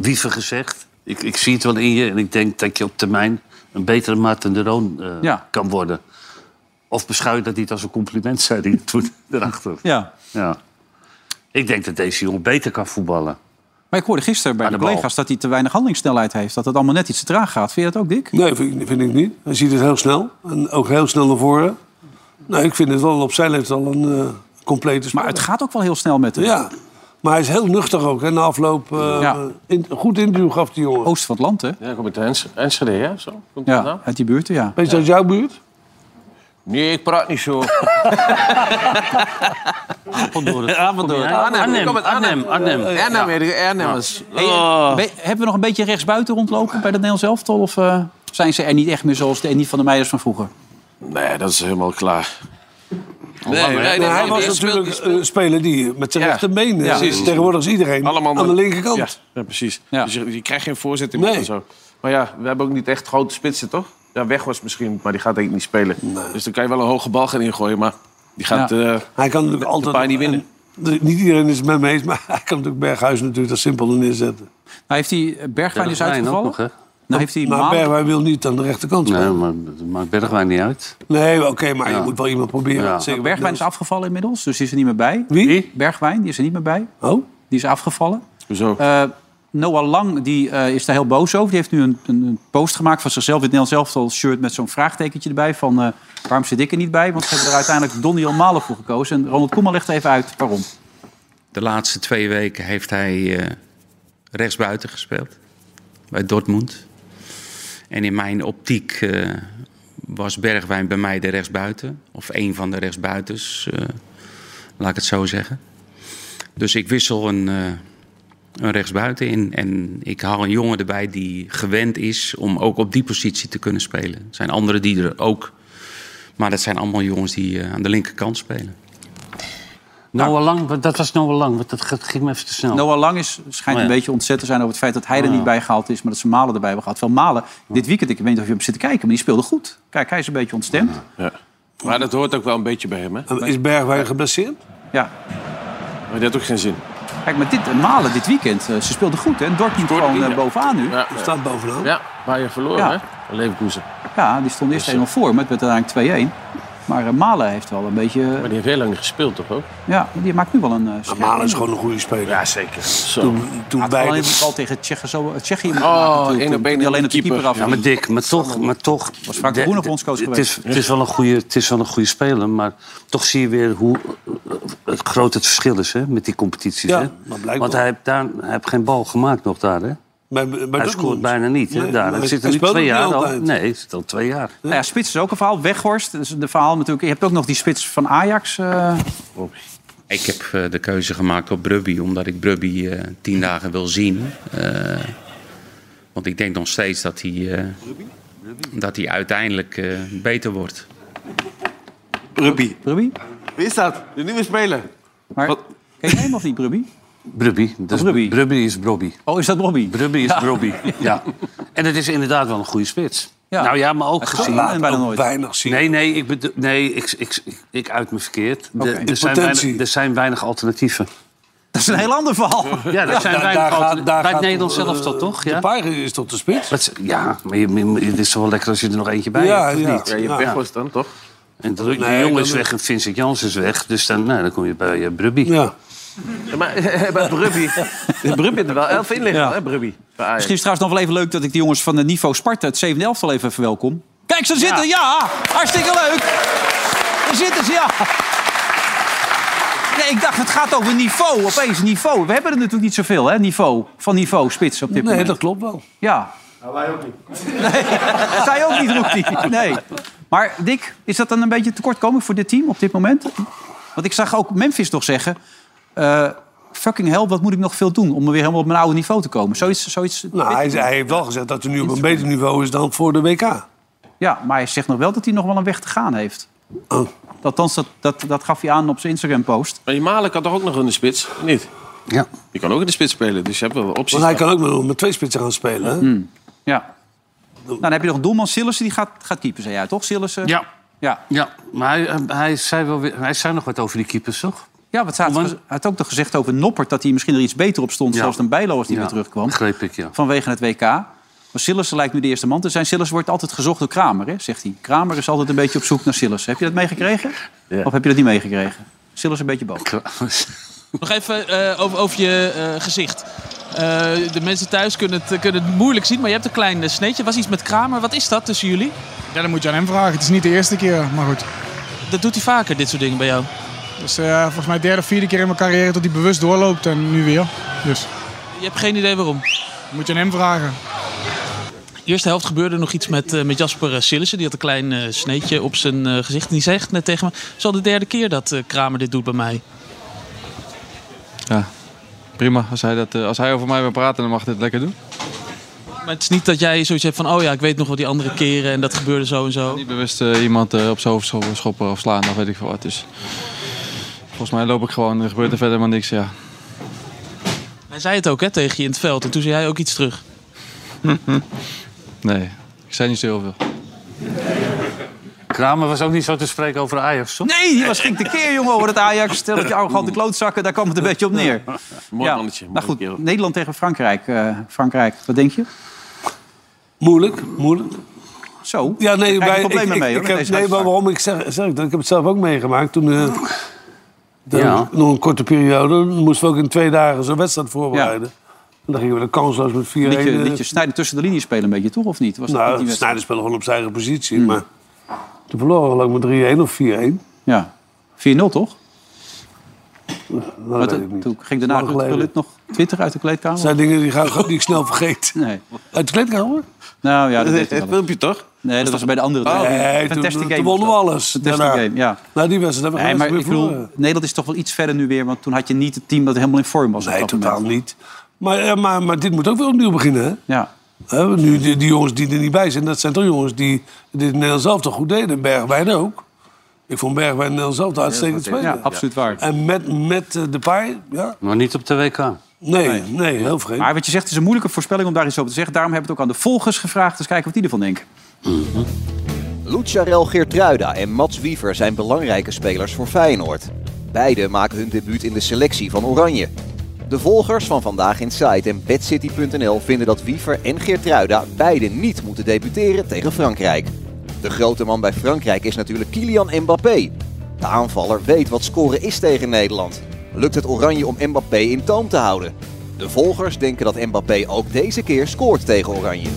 Speaker 4: Wiever gezegd... Ik, ik zie het wel in je en ik denk dat je op termijn... een betere Maarten de Roon eh,
Speaker 2: Ja.
Speaker 4: kan worden. Of beschouw je dat niet als een compliment, zei hij [laughs] toen erachter.
Speaker 2: Ja.
Speaker 4: ja. Ik denk dat deze jongen beter kan voetballen.
Speaker 2: Maar ik hoorde gisteren bij
Speaker 4: Aan
Speaker 2: de
Speaker 4: de bal.
Speaker 2: collega's dat hij te weinig handelingssnelheid heeft. Dat het allemaal net iets te traag gaat. Vind je dat ook, Dick?
Speaker 3: Nee, vind, ik- vind ik niet. Hij ziet het heel snel. En ook heel snel naar voren. Nou, ik vind het wel op zijn leeftijd al een eh, complete speler.
Speaker 2: Maar het gaat ook wel heel snel met hem.
Speaker 3: Ja, maar hij is heel nuchter ook. Hè, na afloop eh,
Speaker 2: Ja.
Speaker 3: in- goed interview gaf die jongen.
Speaker 2: Oost van het land, hè?
Speaker 7: Ja, komt uit Ens- Enschede, hè? Zo. Komt dat nou?
Speaker 2: Ja, uit die buurt, ja.
Speaker 3: Weet je uit jouw buurt?
Speaker 7: Nee, ik praat niet zo.
Speaker 4: [laughs] Apeldoorn.
Speaker 7: Apeldoorn.
Speaker 4: Arnhem.
Speaker 7: Ik kom uit Arnhem.
Speaker 4: Arnhem.
Speaker 7: Arnhem.
Speaker 4: Arnhem.
Speaker 7: Arnhem. ja. Arnhemmers.
Speaker 2: Hey,
Speaker 7: Oh.
Speaker 2: be- hebben we nog een beetje rechtsbuiten rondlopen bij dat Nederlands elftal? Of eh, zijn ze er niet echt meer zoals de Annie van de Meijers van vroeger? Nou,
Speaker 7: Nee, dat is helemaal klaar.
Speaker 3: Nee,
Speaker 7: nee, nee,
Speaker 3: hij
Speaker 7: nee,
Speaker 3: was
Speaker 7: die
Speaker 3: natuurlijk een speler die met zijn
Speaker 7: Ja.
Speaker 3: rechterbeen... eh,
Speaker 7: Ja.
Speaker 3: dus Tegenwoordig is iedereen
Speaker 7: Allemaal
Speaker 3: aan de
Speaker 7: met-
Speaker 3: linkerkant.
Speaker 7: Ja, ja, precies. Dus je, je krijgt geen voorzet in meer
Speaker 3: Nee.
Speaker 7: en zo. Maar ja, we hebben ook niet echt grote spitsen, toch? Ja, weg was misschien, maar die gaat denk ik niet spelen. Dus dan kan je wel een hoge bal gaan ingooien, maar die gaat eh
Speaker 3: Hij kan natuurlijk
Speaker 7: de
Speaker 3: altijd...
Speaker 7: paai niet winnen.
Speaker 3: en- niet iedereen is het met me [laughs] eens, maar hij kan natuurlijk Berghuis natuurlijk dat simpel neerzetten.
Speaker 2: Nou, heeft die eh, Bergwijn is
Speaker 4: Bergwijn ook
Speaker 2: uitgevallen?
Speaker 4: nog, hè?
Speaker 2: Nou heeft hij
Speaker 3: Maar
Speaker 2: maandag-
Speaker 3: Bergwijn wil niet aan de rechterkant
Speaker 24: Nee,
Speaker 3: spelen.
Speaker 24: maar dat maakt Bergwijn niet uit.
Speaker 3: Nee, oké, maar je moet wel iemand proberen.
Speaker 24: Ja.
Speaker 3: te zeggen,
Speaker 2: Bergwijn is afgevallen inmiddels, dus die is er niet meer bij.
Speaker 3: Wie?
Speaker 2: Bergwijn, die is er niet meer bij.
Speaker 3: Oh?
Speaker 2: Die is afgevallen.
Speaker 7: Hoezo?
Speaker 2: Eh, Noah Lang die, eh, is daar heel boos over. Die heeft nu een, een, een post gemaakt van zichzelf in het Nederlands Elftal shirt... met zo'n vraagtekentje erbij van eh, waarom zit ik er niet bij? Want ze hebben er uiteindelijk Donny Malen voor gekozen. En Ronald Koeman legt even uit waarom.
Speaker 24: De laatste twee weken heeft hij eh, rechtsbuiten gespeeld. Bij Dortmund. En in mijn optiek eh, was Bergwijn bij mij de rechtsbuiten. Of een van de rechtsbuitens. eh, laat ik het zo zeggen. Dus ik wissel een, eh, een rechtsbuiten in. En ik haal een jongen erbij die gewend is om ook op die positie te kunnen spelen. Er zijn anderen die er ook. Maar dat zijn allemaal jongens die eh, aan de linkerkant spelen.
Speaker 4: Noah Lang, wat- dat was Noah Lang, want dat ge- ging me even te snel.
Speaker 2: Noah Lang is, schijnt
Speaker 4: Oh, ja.
Speaker 2: een beetje ontzet te zijn over het feit dat hij er
Speaker 4: Oh, ja.
Speaker 2: niet bij gehaald is... maar dat ze Malen erbij hebben gehad. Wel Malen, dit weekend, ik weet niet of je hem zit te kijken... maar die speelde goed. Kijk, hij is een beetje ontstemd.
Speaker 7: Ja. Maar dat hoort ook wel een beetje bij hem, hè?
Speaker 3: Is Bergwijn geblesseerd?
Speaker 2: Ja.
Speaker 7: Maar dat had ook geen zin.
Speaker 2: Kijk, maar dit, Malen dit weekend, eh, ze speelden goed. Hè? Dortmund gewoon eh, bovenaan nu.
Speaker 7: Ja, ja.
Speaker 3: Staat bovenaan.
Speaker 7: ja waar je verloren,
Speaker 2: Ja.
Speaker 7: hè? Leverkusen.
Speaker 2: Ja, die stond
Speaker 7: Dus,
Speaker 2: eerst 1-0
Speaker 7: eh,
Speaker 2: voor, maar het werd uiteindelijk 2-1. Maar eh, Malen heeft wel een beetje... eh,
Speaker 7: Maar die heeft heel lang niet gespeeld, toch ook?
Speaker 2: ja, die maakt nu wel een eh scherp
Speaker 3: Malen is
Speaker 2: indruk.
Speaker 3: gewoon een goede speler.
Speaker 7: Ja, zeker. Zo.
Speaker 3: Toen, toen
Speaker 2: Had
Speaker 3: wij
Speaker 2: alleen
Speaker 3: de-
Speaker 2: die bal tegen Tsjechië zo- eh, Tsjechië moeten
Speaker 7: Oh,
Speaker 2: maken. Toen-
Speaker 7: één
Speaker 2: toen-
Speaker 7: op één
Speaker 2: toen die alleen op de keeper, af.
Speaker 4: Ja, maar Dick, maar toch... Maar toch
Speaker 2: Was Frank de Boer nog bondscoach
Speaker 4: het
Speaker 2: geweest?
Speaker 4: is, het, is wel een goede, het is wel een goede speler, maar toch zie je weer hoe eh, het groot het verschil is hè, met die competities.
Speaker 3: Ja,
Speaker 4: hè?
Speaker 3: maar blijkbaar.
Speaker 4: Want hij heeft, daar, hij heeft geen bal gemaakt nog daar. Hè?
Speaker 3: bij, bij
Speaker 4: hij
Speaker 3: Dortmund.
Speaker 4: scoort bijna niet. Hè,
Speaker 3: Nee,
Speaker 4: daar.
Speaker 3: maar
Speaker 4: Hij zit er
Speaker 3: hij
Speaker 4: nu
Speaker 3: speelt
Speaker 4: twee
Speaker 3: ook niet
Speaker 4: jaar al.
Speaker 3: altijd.
Speaker 4: Nee, hij zit al twee jaar.
Speaker 2: Nou ja, spits is ook een verhaal. Weghorst, dat is de verhaal natuurlijk. Je hebt ook nog die spits van Ajax. eh,
Speaker 24: Ik heb eh, de keuze gemaakt op Brubby, omdat ik Brubby eh,
Speaker 7: Hm.
Speaker 24: tien dagen wil zien. Eh, want ik denk nog steeds dat hij, eh, dat hij uiteindelijk eh, beter wordt.
Speaker 7: Rugby.
Speaker 2: Brubby?
Speaker 7: Wie is dat? De nieuwe speler.
Speaker 2: Maar ken je hem of niet, Brubby?
Speaker 4: Brubby. Dat is,
Speaker 2: Brubby.
Speaker 4: Brubby is Brobby.
Speaker 2: Oh, is dat Robbie?
Speaker 4: Brubby is Brobby. [laughs] Ja. En het is inderdaad wel een goede spits.
Speaker 2: Ja.
Speaker 4: Nou ja, maar ook gezien.
Speaker 2: en bijna nooit.
Speaker 3: Weinig zien.
Speaker 4: Nee, nee, ik, bedo- nee ik, ik, ik, ik uit me verkeerd. De-
Speaker 2: Oké.
Speaker 4: er, zijn
Speaker 3: potentie.
Speaker 4: weinig, er zijn weinig alternatieven.
Speaker 2: Dat is een heel ander [laughs] verhaal.
Speaker 4: Ja, er zijn weinig
Speaker 3: daar- daar gaat-
Speaker 4: alternatieven.
Speaker 3: daar
Speaker 4: Bij het
Speaker 3: gaat-
Speaker 4: Nederlands
Speaker 3: eh,
Speaker 4: zelf toch, toch?
Speaker 3: De
Speaker 4: Ja,
Speaker 3: paar is tot de spits.
Speaker 4: Wat ze- ja maar je, je- het is toch wel lekker als je er nog eentje bij
Speaker 3: Ja,
Speaker 4: hebt, of
Speaker 3: ja.
Speaker 4: niet?
Speaker 7: Ja, je
Speaker 3: Ja.
Speaker 7: weg was dan, toch?
Speaker 4: En de, de
Speaker 3: Nee,
Speaker 4: jongen
Speaker 3: dan-
Speaker 4: is weg en Vincent Jans is weg. Dus dan, nou, dan kom je bij eh, Brubby.
Speaker 3: Ja.
Speaker 7: Ja, maar [laughs] eh, bij Brubby. Brubby had er wel elf in liggen,
Speaker 2: Ja.
Speaker 7: hè, Brubby? Bij Ajax.
Speaker 2: Misschien is het trouwens nog wel even leuk dat ik de jongens van het niveau Sparta, het 7 11 al even verwelkom. Kijk, ze zitten, ja! Hartstikke leuk! Daar zitten ze, ja! Nee, ik dacht, het gaat over niveau, opeens niveau. We hebben er natuurlijk niet zoveel, hè, niveau. Van niveau, spits op dit
Speaker 3: Nee,
Speaker 2: moment.
Speaker 3: dat klopt wel.
Speaker 2: Ja. Nou, wij ook niet. Nee, [laughs] zij ook niet, roept hij. Nee. Maar Dick, is dat dan een beetje tekortkoming voor dit team op dit moment? Want ik zag ook Memphis nog zeggen... eh, fucking hell, wat moet ik nog veel doen om weer helemaal op mijn oude niveau te komen? Zoiets... zoiets
Speaker 3: Nou, hij, hij heeft wel gezegd dat hij nu op een beter niveau is dan voor de WK.
Speaker 2: Ja, maar hij zegt nog wel dat hij nog wel een weg te gaan heeft.
Speaker 4: Oh.
Speaker 2: Althans, dat, dat, dat gaf hij aan op zijn Instagram-post.
Speaker 7: Maar je Malen kan toch ook nog in de spits? of Niet?
Speaker 4: Ja.
Speaker 7: Je kan ook in de spits spelen, dus je hebt wel opties.
Speaker 3: Want hij kan ook nog met twee spitsen gaan spelen. hè?
Speaker 4: Hmm.
Speaker 2: Ja.
Speaker 4: Oh.
Speaker 2: Nou, dan heb je nog doelman Sillissen, die gaat, gaat keeper, zei jij toch? Sillissen?
Speaker 4: Ja.
Speaker 2: Ja,
Speaker 4: Ja, maar hij, eh, hij, zei wel weer, hij zei nog wat over die keepers, toch?
Speaker 2: ja wat zaten,
Speaker 4: Want-
Speaker 2: hij had ook nog gezegd over Noppert... dat hij misschien er iets beter op stond,
Speaker 4: Ja.
Speaker 2: zelfs dan Bijlo als hij
Speaker 4: Ja,
Speaker 2: weer terugkwam.
Speaker 4: Greep ik, ja.
Speaker 2: Vanwege het WK. Maar Sillissen lijkt nu de eerste man te zijn. Sillissen wordt altijd gezocht door Kramer, hè, zegt hij. Kramer is altijd een beetje op zoek naar Sillissen. Heb je dat meegekregen? Of heb je dat niet meegekregen? Sillissen een beetje boos.
Speaker 26: Nog even eh, over, over je eh, gezicht. Eh, de mensen thuis kunnen het, kunnen het moeilijk zien, maar je hebt een klein eh, sneetje. Was iets met Kramer. Wat is dat tussen jullie?
Speaker 12: Ja, dat moet je aan hem vragen. Het is niet de eerste keer, maar goed.
Speaker 26: Dat doet hij vaker, dit soort dingen bij jou.
Speaker 12: Dus eh, volgens mij de derde of vierde keer in mijn carrière dat hij bewust doorloopt en nu weer. Dus
Speaker 26: Je hebt geen idee waarom.
Speaker 12: moet je aan hem vragen.
Speaker 26: Eerste helft gebeurde nog iets met, eh, met Jasper eh, Sillissen. Die had een klein eh, sneetje op zijn eh, gezicht. En die zegt net tegen me: Het is al de derde keer dat eh, Kramer dit doet bij mij.
Speaker 5: Ja, prima. Als hij, dat, eh, als hij over mij wil praten, dan mag hij het lekker doen.
Speaker 26: Maar het is niet dat jij zoiets hebt van: Oh ja, ik weet nog wel die andere keren en dat gebeurde zo en zo.
Speaker 5: Niet bewust eh, iemand eh, op zijn hoofd scho- schoppen of slaan of weet ik veel wat. Dus volgens mij loop ik gewoon. Er gebeurt er verder maar niks, ja.
Speaker 26: Hij zei het ook hè, tegen je in het veld. En toen zei jij ook iets terug.
Speaker 5: nee, ik zei niet zo heel veel.
Speaker 4: Kramer was ook niet zo te spreken over Ajax, toch?
Speaker 2: Nee, die was ging tekeer, jongen, over het Ajax. Stel dat je arrogante klootzakken, daar kwam het een beetje op neer.
Speaker 7: Mooi
Speaker 2: Ja.
Speaker 7: mannetje.
Speaker 2: Nou goed, Nederland tegen Frankrijk. eh, Frankrijk, wat denk je?
Speaker 3: Moeilijk, moeilijk.
Speaker 2: Zo?
Speaker 3: Ja, nee,
Speaker 2: Krijg je
Speaker 3: wij-
Speaker 2: problemen
Speaker 3: ik, ik-
Speaker 2: mee,
Speaker 3: ik
Speaker 2: hoor,
Speaker 3: heb-
Speaker 2: deze
Speaker 3: nee, maar
Speaker 2: uitspraak.
Speaker 3: waarom ik zeg, zeg ik dat? Ik heb het zelf ook meegemaakt. Toen, eh, de-
Speaker 2: Ja.
Speaker 3: nog een korte periode, moesten we ook in twee dagen zo'n wedstrijd voorbereiden. En dan gingen we de kansloos met 4-1.
Speaker 2: Liet je,
Speaker 3: eh,
Speaker 2: liet je snijden tussen de linies spelen een beetje, toch? Of niet? Was dat niet die
Speaker 3: nou,
Speaker 2: wedstrijd? Hmm.
Speaker 3: Sneijder speelde gewoon op zijn eigen positie. Maar toen verloren we geloof ik met 3-1 of 4-1.
Speaker 2: Ja. 4-0 toch?
Speaker 3: Dat
Speaker 2: Maar
Speaker 3: weet
Speaker 2: toen-
Speaker 3: ik niet.
Speaker 2: Toen ging daarna
Speaker 3: Lang
Speaker 2: Ruud
Speaker 3: geleden.
Speaker 2: Gullit nog Twitter uit de kleedkamer.
Speaker 3: Dat zijn dingen die ga ik ook niet snel vergeten.
Speaker 2: Nee.
Speaker 3: Uit de kleedkamer?
Speaker 2: Nou ja, dat deed hij
Speaker 3: Het
Speaker 2: wel. filmpje toch? Nee, dat was bij de andere.
Speaker 3: Oh, nee,
Speaker 2: Een
Speaker 3: toen-
Speaker 2: fantastic
Speaker 3: toen
Speaker 2: game
Speaker 3: wonnen
Speaker 2: was
Speaker 3: we
Speaker 2: dat.
Speaker 3: alles.
Speaker 2: Fantastic
Speaker 3: Daarna.
Speaker 2: game, ja.
Speaker 3: Nou, die wedstrijd
Speaker 2: Nee,
Speaker 3: hebben we
Speaker 2: maar ik bedoel,
Speaker 3: gewoon weer eh. verloren.
Speaker 2: Nederland is toch wel iets verder nu weer. Want toen had je niet het team dat helemaal in vorm was.
Speaker 3: Nee, totaal niet. Maar, eh, maar, maar dit moet ook weer opnieuw beginnen, hè?
Speaker 2: Ja.
Speaker 3: Hè, want nu, die, die jongens die er niet bij zijn, dat zijn toch jongens die dit in Nederland zelf toch goed deden. Bergwijn ook. Ik vond Bergwijn in Nederland zelf uitstekend spelen.
Speaker 2: Ja, absoluut waar.
Speaker 3: En met, met eh, Depay, ja?
Speaker 4: Maar niet op de WK.
Speaker 3: Nee, nee, heel vreemd.
Speaker 2: Maar wat je zegt, het is een moeilijke voorspelling om daar iets over te zeggen. Daarom hebben we het ook aan de volgers gevraagd. Dus kijken wat die ervan denken.
Speaker 6: Lucharel Geertruida en Mats Wiever zijn belangrijke spelers voor Feyenoord. Beide maken hun debuut in de selectie van Oranje. De volgers van Vandaag Inside en BadCity.nl vinden dat Wiever en Geertruida beide niet moeten debuteren tegen Frankrijk. De grote man bij Frankrijk is natuurlijk Kylian Mbappé. De aanvaller weet wat scoren is tegen Nederland. Lukt het Oranje om Mbappé in toom te houden? De volgers denken dat Mbappé ook deze keer scoort tegen Oranje.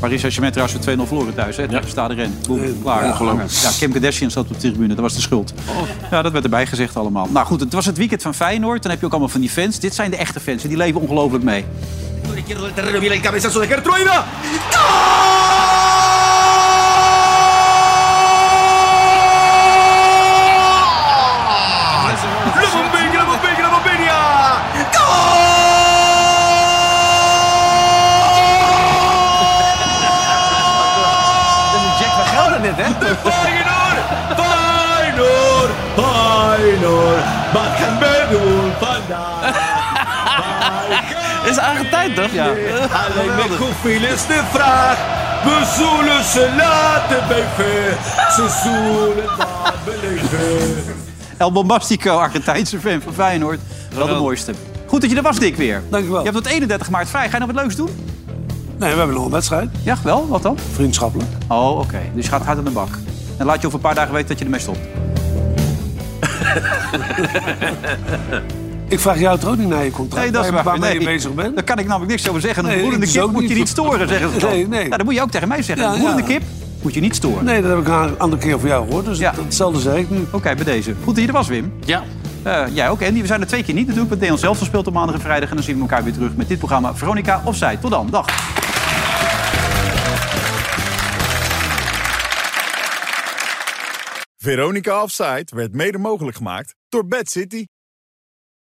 Speaker 2: Paris Saint-Germain trouwens voor 2-0 verloren thuis. Hè? Ja. Staat erin. Boem, klaar.
Speaker 6: Ja,
Speaker 2: Ongelooflijk. Ja, Kim Kardashian zat op de tribune. Dat was de schuld. Ja, dat werd erbij gezegd allemaal. Nou goed, het was het weekend van Feyenoord. Dan heb je ook allemaal van die fans. Dit zijn de echte fans. en Die leven ongelooflijk mee.
Speaker 13: izquierdo del terreno viene el cabezazo de Gertruida. ¡Gol! ¡La bombeña, la bombeña, la bombeña!
Speaker 1: [laughs]
Speaker 13: ¡Gol! De Feyenoord! Feyenoord! Feyenoord! Maken we doen
Speaker 2: is eigen tijd, toch? Ja.
Speaker 13: Alleen met hoeveel is de vraag? We zullen ze laten blijven. Ze zullen dat beleven.
Speaker 2: El Bombastico, Argentijnse fan van Feyenoord. Wel de mooiste. Goed dat je er was, Dick, weer. Dankjewel. Je hebt tot 31 maart vrij. Ga je nog wat leuks doen?
Speaker 3: Nee, we hebben nog een wedstrijd.
Speaker 2: Ja, wel? Wat dan?
Speaker 3: Vriendschappelijk.
Speaker 2: Oh, oké. Dus je gaat hard aan de bak. En laat je over een paar dagen weten dat je ermee stopt.
Speaker 3: Ik vraag jou toch ook niet naar je contract?
Speaker 2: Nee, dat is waar.
Speaker 3: waar- waarmee
Speaker 2: nee.
Speaker 3: je bezig bent?
Speaker 2: Daar kan ik namelijk niks over zeggen. Een
Speaker 3: Nee,
Speaker 2: broedende
Speaker 3: ik
Speaker 2: kip
Speaker 3: ook
Speaker 2: moet je
Speaker 3: niet.
Speaker 2: niet storen, zeggen ze dan.
Speaker 3: Nee, nee.
Speaker 2: Nou, dat moet je ook tegen mij zeggen.
Speaker 3: Ja,
Speaker 2: een broedende
Speaker 3: ja.
Speaker 2: kip moet je niet storen.
Speaker 3: Nee, dat heb ik een andere keer van jou gehoord. Dus dat- hetzelfde zeg ik nu. Oké,
Speaker 2: Oh, bij deze. Goed dat je er was, Wim. Eh,
Speaker 4: Ja.
Speaker 2: jij ook, Andy. We zijn er twee keer niet natuurlijk. Met Nederland zelf gespeeld op maandag en vrijdag. En dan zien we elkaar weer terug met dit programma Veronica of Zij. Tot dan. Dag.
Speaker 8: Veronica Offside werd mede mogelijk gemaakt door Bad City.